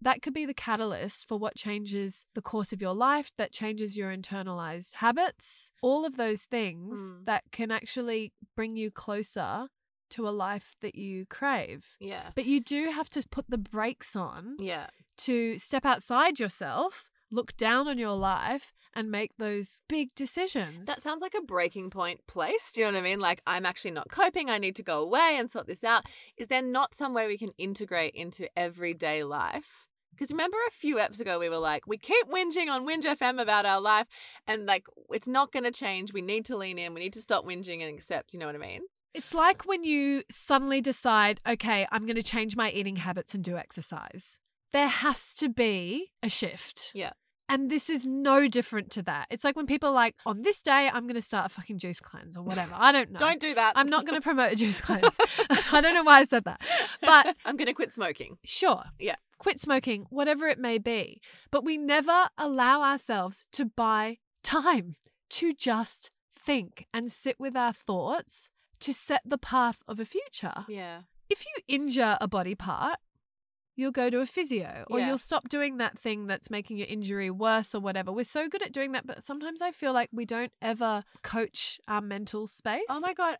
Speaker 1: That could be the catalyst for what changes the course of your life, that changes your internalized habits, all of those things
Speaker 2: Mm.
Speaker 1: that can actually bring you closer to a life that you crave.
Speaker 2: Yeah.
Speaker 1: But you do have to put the brakes on
Speaker 2: Yeah.
Speaker 1: to step outside yourself, look down on your life, and make those big decisions.
Speaker 2: That sounds like a breaking point place. Do you know what I mean? Like, I'm actually not coping. I need to go away and sort this out. Is there not some way we can integrate into everyday life? Because remember a few eps ago, we were like, we keep whinging on Whinge FM about our life, and like, it's not going to change. We need to lean in. We need to stop whinging and accept. You know what I mean?
Speaker 1: it's like when you suddenly decide, okay, I'm going to change my eating habits and do exercise. There has to be a shift.
Speaker 2: Yeah.
Speaker 1: And this is no different to that. It's like when people are like, on this day, I'm going to start a fucking juice cleanse or whatever. I don't know.
Speaker 2: Don't do that.
Speaker 1: I'm not going to promote a juice cleanse. I don't know why I said that. But
Speaker 2: I'm going to quit smoking.
Speaker 1: Sure.
Speaker 2: Yeah.
Speaker 1: Quit smoking, whatever it may be. But we never allow ourselves to buy time to just think and sit with our thoughts to set the path of a future.
Speaker 2: Yeah.
Speaker 1: If you injure a body part, you'll go to a physio or
Speaker 2: Yeah.
Speaker 1: you'll stop doing that thing that's making your injury worse or whatever. We're so good at doing that, but sometimes I feel like we don't ever coach our mental space.
Speaker 2: Oh my God,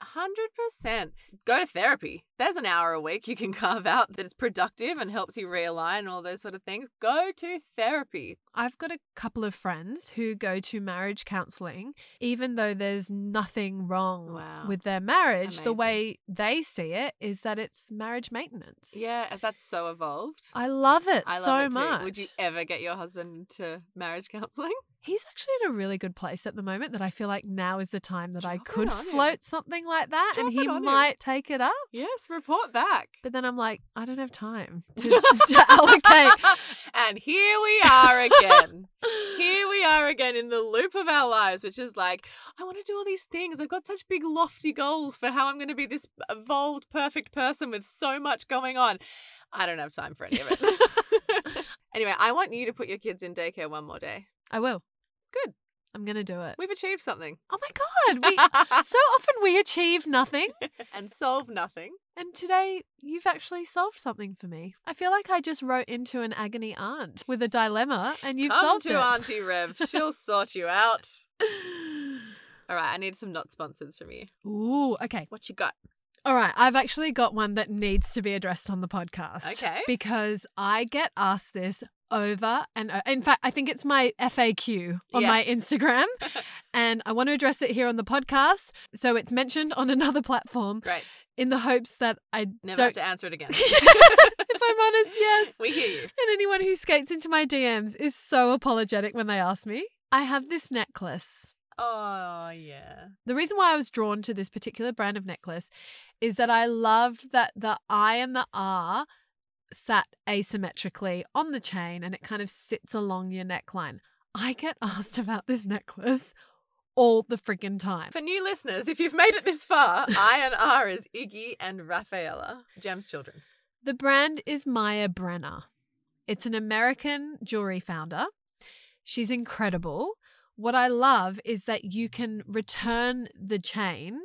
Speaker 2: 100%. Go to therapy. There's an hour a week you can carve out that's productive and helps you realign and all those sort of things. Go to therapy.
Speaker 1: I've got a couple of friends who go to marriage counseling, even though there's nothing wrong
Speaker 2: Wow.
Speaker 1: with their marriage. The
Speaker 2: Amazing.
Speaker 1: way they see it is that it's marriage maintenance.
Speaker 2: Yeah, that's so evolved.
Speaker 1: I love it
Speaker 2: I love
Speaker 1: so
Speaker 2: it too.
Speaker 1: much.
Speaker 2: Would you ever get your husband to marriage counseling?
Speaker 1: He's actually at a really good place at the moment that I feel like now is the time that I
Speaker 2: Drop it
Speaker 1: could
Speaker 2: on him.
Speaker 1: float something like that and
Speaker 2: Drop
Speaker 1: he
Speaker 2: it on him.
Speaker 1: might take it up.
Speaker 2: Yes, report back.
Speaker 1: But then I'm like, I don't have time to, to allocate.
Speaker 2: and here we are again. here we are again in the loop of our lives, which is like, I want to do all these things. I've got such big, lofty goals for how I'm going to be this evolved, perfect person with so much going on. I don't have time for any of it. anyway, I want you to put your kids in daycare one more day.
Speaker 1: I will.
Speaker 2: Good.
Speaker 1: I'm going to do it.
Speaker 2: We've achieved something
Speaker 1: Oh my God. We, so often we achieve nothing.
Speaker 2: and solved nothing.
Speaker 1: And today you've actually solved something for me. I feel like I just wrote into an agony aunt with a dilemma and you've
Speaker 2: Come
Speaker 1: solved
Speaker 2: to
Speaker 1: it.
Speaker 2: Auntie Rev. She'll sort you out. All right, I need some not sponsors from you.
Speaker 1: Ooh, okay.
Speaker 2: What you got?
Speaker 1: All right, I've actually got one that needs to be addressed on the podcast.
Speaker 2: Okay.
Speaker 1: Because I get asked this over and o In fact, I think it's my FAQ on
Speaker 2: Yeah.
Speaker 1: my Instagram, and I want to address it here on the podcast. So it's mentioned on another platform
Speaker 2: Great.
Speaker 1: in the hopes that I
Speaker 2: Never have
Speaker 1: don't.
Speaker 2: to answer it again.
Speaker 1: if I'm honest, yes.
Speaker 2: we hear you.
Speaker 1: And anyone who skates into my DMs is so apologetic when they ask me. I have this necklace.
Speaker 2: Oh yeah.
Speaker 1: The reason why I was drawn to this particular brand of necklace is that I loved that the I and the R sat asymmetrically on the chain and it kind of sits along your neckline. I get asked about this necklace all the friggin' time.
Speaker 2: For new listeners, if you've made it this far, I and R is Iggy and Rafaela, Gem's children.
Speaker 1: The brand is Maya Brenner. It's an American jewelry founder. She's incredible. What I love is that you can return the chain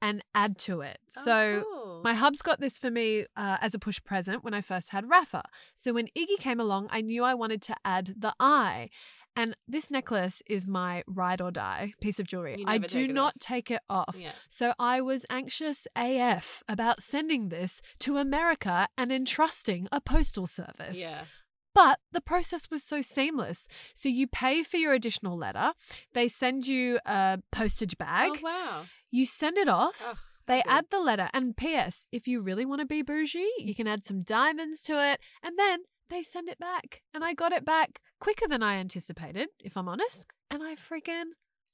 Speaker 1: and add to it.
Speaker 2: Oh,
Speaker 1: so my hub's got this for me uh, as a push present when I first had Rafa. So when Iggy came along, I knew I wanted to add the I. And this necklace is my ride or die piece of jewelry.
Speaker 2: You
Speaker 1: I
Speaker 2: never
Speaker 1: do
Speaker 2: take it
Speaker 1: not
Speaker 2: off.
Speaker 1: take it off.
Speaker 2: yeah.
Speaker 1: So I was anxious AF about sending this to America and entrusting a postal service.
Speaker 2: Yeah.
Speaker 1: But the process was so seamless. So you pay for your additional letter, they send you a postage bag,
Speaker 2: Oh wow. Oh,
Speaker 1: you send it off,
Speaker 2: Ugh.
Speaker 1: They add the letter, and P.S. If you really want to be bougie, you can add some diamonds to it, and then they send it back. And I got it back quicker than I anticipated, if I'm honest, and I freaking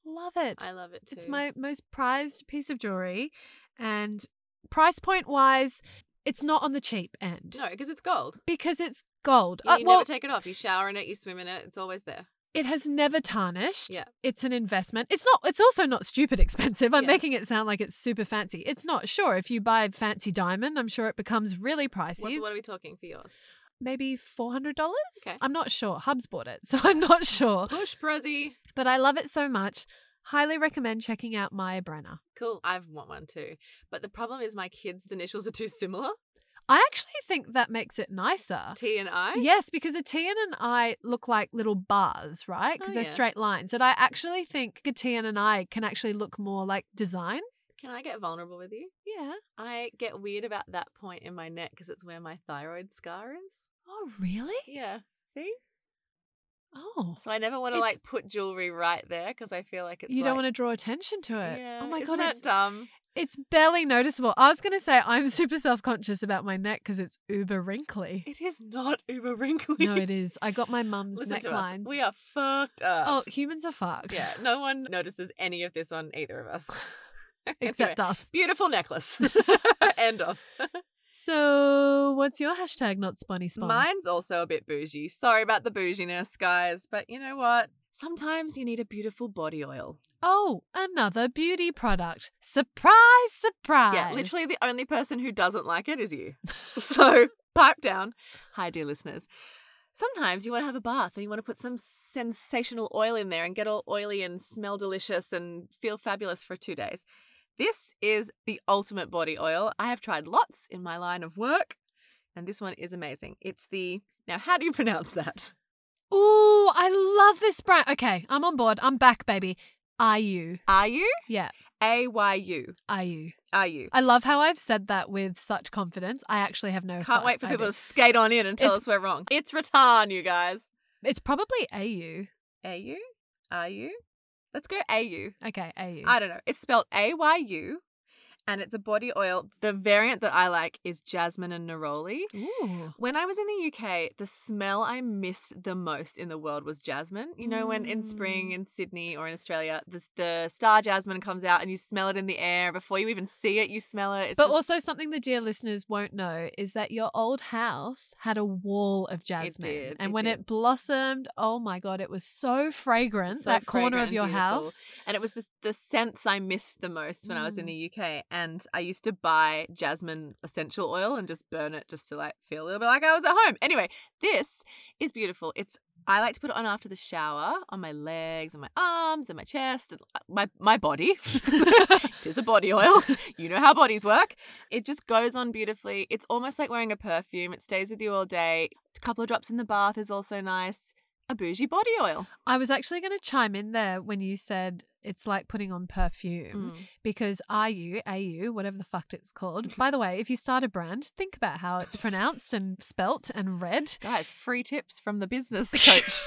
Speaker 1: love it.
Speaker 2: I love it too.
Speaker 1: It's my most prized piece of jewelry, and price point wise, it's not on the cheap end
Speaker 2: no, because it's gold.
Speaker 1: because it's gold.
Speaker 2: You,
Speaker 1: Uh,
Speaker 2: you
Speaker 1: well,
Speaker 2: never take it off. You shower in it. You swim in it. It's always there.
Speaker 1: it has never tarnished.
Speaker 2: Yeah.
Speaker 1: It's an investment. It's not it's also not stupid expensive. I'm
Speaker 2: Yeah.
Speaker 1: making it sound like it's super fancy. It's not sure. If you buy fancy diamond, I'm sure it becomes really pricey.
Speaker 2: What, what are we talking for yours?
Speaker 1: Maybe four hundred dollars?
Speaker 2: Okay.
Speaker 1: I'm not sure. Hubs bought it, so I'm not sure.
Speaker 2: Push, Prezi.
Speaker 1: But I love it so much. Highly recommend checking out Maya Brenner.
Speaker 2: Cool. I want one too. But the problem is my kids' initials are too similar.
Speaker 1: I actually think that makes it nicer.
Speaker 2: T and I.
Speaker 1: Yes, because a T and an I look like little bars, right? Because
Speaker 2: Oh,
Speaker 1: they're
Speaker 2: yeah.
Speaker 1: straight lines. And I actually think a T and an I can actually look more like design.
Speaker 2: Can I get vulnerable with you?
Speaker 1: Yeah.
Speaker 2: I get weird about that point in my neck because it's where my thyroid scar is.
Speaker 1: Oh, really?
Speaker 2: Yeah. See?
Speaker 1: Oh.
Speaker 2: So I never want to
Speaker 1: It's-
Speaker 2: like put jewelry right there because I feel like it's
Speaker 1: you don't
Speaker 2: like-
Speaker 1: want to draw attention to it.
Speaker 2: Yeah.
Speaker 1: oh my
Speaker 2: Isn't
Speaker 1: god,
Speaker 2: that
Speaker 1: it's,
Speaker 2: dumb.
Speaker 1: it's barely noticeable. I was gonna say I'm super self conscious about my neck because it's uber wrinkly.
Speaker 2: It is not uber wrinkly.
Speaker 1: no, it is. I got my mum's
Speaker 2: Listen to us.
Speaker 1: necklines.
Speaker 2: We are fucked up.
Speaker 1: Oh, humans are fucked.
Speaker 2: Yeah, no one notices any of this on either of us. Anyway,
Speaker 1: except us.
Speaker 2: beautiful necklace. End of.
Speaker 1: So, what's your hashtag? Not sponny spon.
Speaker 2: Mine's also a bit bougie. Sorry about the bouginess, guys, but you know what? Sometimes you need a beautiful body oil.
Speaker 1: oh, another beauty product. Surprise, surprise.
Speaker 2: Yeah, literally the only person who doesn't like it is you. so pipe down. Hi, dear listeners. Sometimes you want to have a bath and you want to put some sensational oil in there and get all oily and smell delicious and feel fabulous for two days. This is the ultimate body oil. I have tried lots in my line of work, and this one is amazing. It's the now, how do you pronounce that?
Speaker 1: Ooh, I love this brand. Okay, I'm on board. I'm back, baby. Are you?
Speaker 2: Are you?
Speaker 1: Yeah,
Speaker 2: A Y U.
Speaker 1: are you?
Speaker 2: Are you?
Speaker 1: I love how I've said that with such confidence. I actually have no.
Speaker 2: Can't
Speaker 1: fuck
Speaker 2: wait for people
Speaker 1: idea.
Speaker 2: to skate on in and tell
Speaker 1: It's-
Speaker 2: us we're wrong. It's rattan, you guys.
Speaker 1: It's probably AU.
Speaker 2: AU? Are you? Let's go AU.
Speaker 1: Okay, AU.
Speaker 2: I don't know. It's spelled A Y U and it's a body oil. The variant that I like is jasmine and neroli.
Speaker 1: Ooh.
Speaker 2: When I was in the UK, the smell I missed the most in the world was jasmine. You know, when in spring
Speaker 1: Mm.
Speaker 2: in Sydney or in Australia, the, the star jasmine comes out and you smell it in the air. Before you even see it, you smell it. It's
Speaker 1: But
Speaker 2: just-
Speaker 1: also something the dear listeners won't know is that your old house had a wall of jasmine,
Speaker 2: did,
Speaker 1: and
Speaker 2: it
Speaker 1: when
Speaker 2: did.
Speaker 1: it blossomed, oh my god, it was so fragrant.
Speaker 2: So
Speaker 1: that corner
Speaker 2: fragrant
Speaker 1: of
Speaker 2: and
Speaker 1: your
Speaker 2: beautiful.
Speaker 1: house,
Speaker 2: And it was the, the scents I missed the most when I was in
Speaker 1: Mm.
Speaker 2: the UK. And I used to buy jasmine essential oil and just burn it just to like feel a little bit like I was at home. Anyway, this is beautiful. It's I like to put it on after the shower on my legs and my arms and my chest and uh, my my body. it is a body oil. You know how bodies work. It just goes on beautifully. It's almost like wearing a perfume. It stays with you all day. A couple of drops in the bath is also nice. A bougie body oil.
Speaker 1: I was actually going to chime in there when you said it's like putting on
Speaker 2: Mm.
Speaker 1: perfume because IU, AU, whatever the fuck it's called. By the way, if you start a brand, think about how it's pronounced and spelt and read.
Speaker 2: Guys, free tips from the business coach.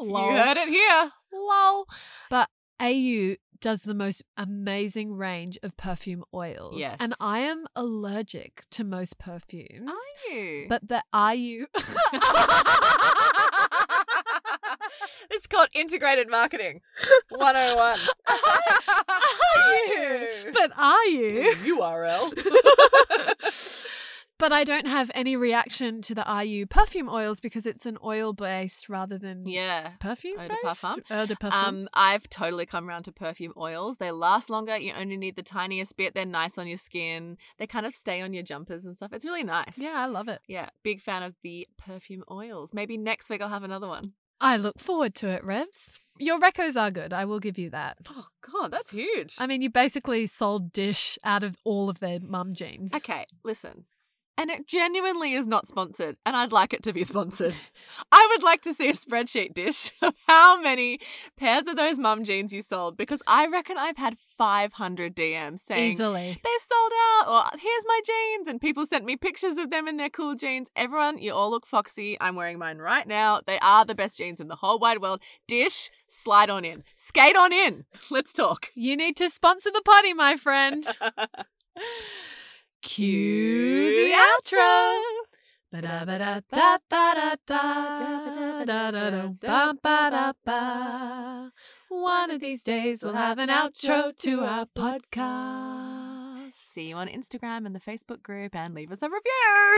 Speaker 1: Lol.
Speaker 2: You heard it here.
Speaker 1: lol. But AU does the most amazing range of perfume oils. And I
Speaker 2: Yes.
Speaker 1: am allergic to most perfumes.
Speaker 2: Are you?
Speaker 1: But the IU.
Speaker 2: this is called integrated marketing 101. Are you?
Speaker 1: but are you?
Speaker 2: URL.
Speaker 1: But I don't have any reaction to the IU perfume oils because it's an oil based rather than
Speaker 2: yeah.
Speaker 1: perfume.
Speaker 2: Eau de parfum.
Speaker 1: Eau de parfum.
Speaker 2: Um, I've totally come around to perfume oils. They last longer. You only need the tiniest bit. They're nice on your skin. They kind of stay on your jumpers and stuff. It's really nice.
Speaker 1: yeah, I love it.
Speaker 2: Yeah, big fan of the perfume oils. Maybe next week I'll have another one.
Speaker 1: I look forward to it, Revs. Your recos are good. I will give you that.
Speaker 2: Oh god, that's huge.
Speaker 1: I mean, you basically sold Dish out of all of their mum jeans.
Speaker 2: okay, listen. And it genuinely is not sponsored, and I'd like it to be sponsored. I would like to see a spreadsheet dish of how many pairs of those mum jeans you sold because I reckon I've had 500 DMs saying,
Speaker 1: Easily.
Speaker 2: they sold out or here's my jeans and people sent me pictures of them in their cool jeans everyone you all look foxy i'm wearing mine right now they are the best jeans in the whole wide world dish slide on in skate on in let's talk
Speaker 1: You need to sponsor the potty, my friend. Cue the outro. Ba-da-ba-da-da-da-da-da-da-da-da-da-da-da-da-da-da. One of these days we'll have an outro to our podcast.
Speaker 2: see you on instagram and the facebook group and leave us a review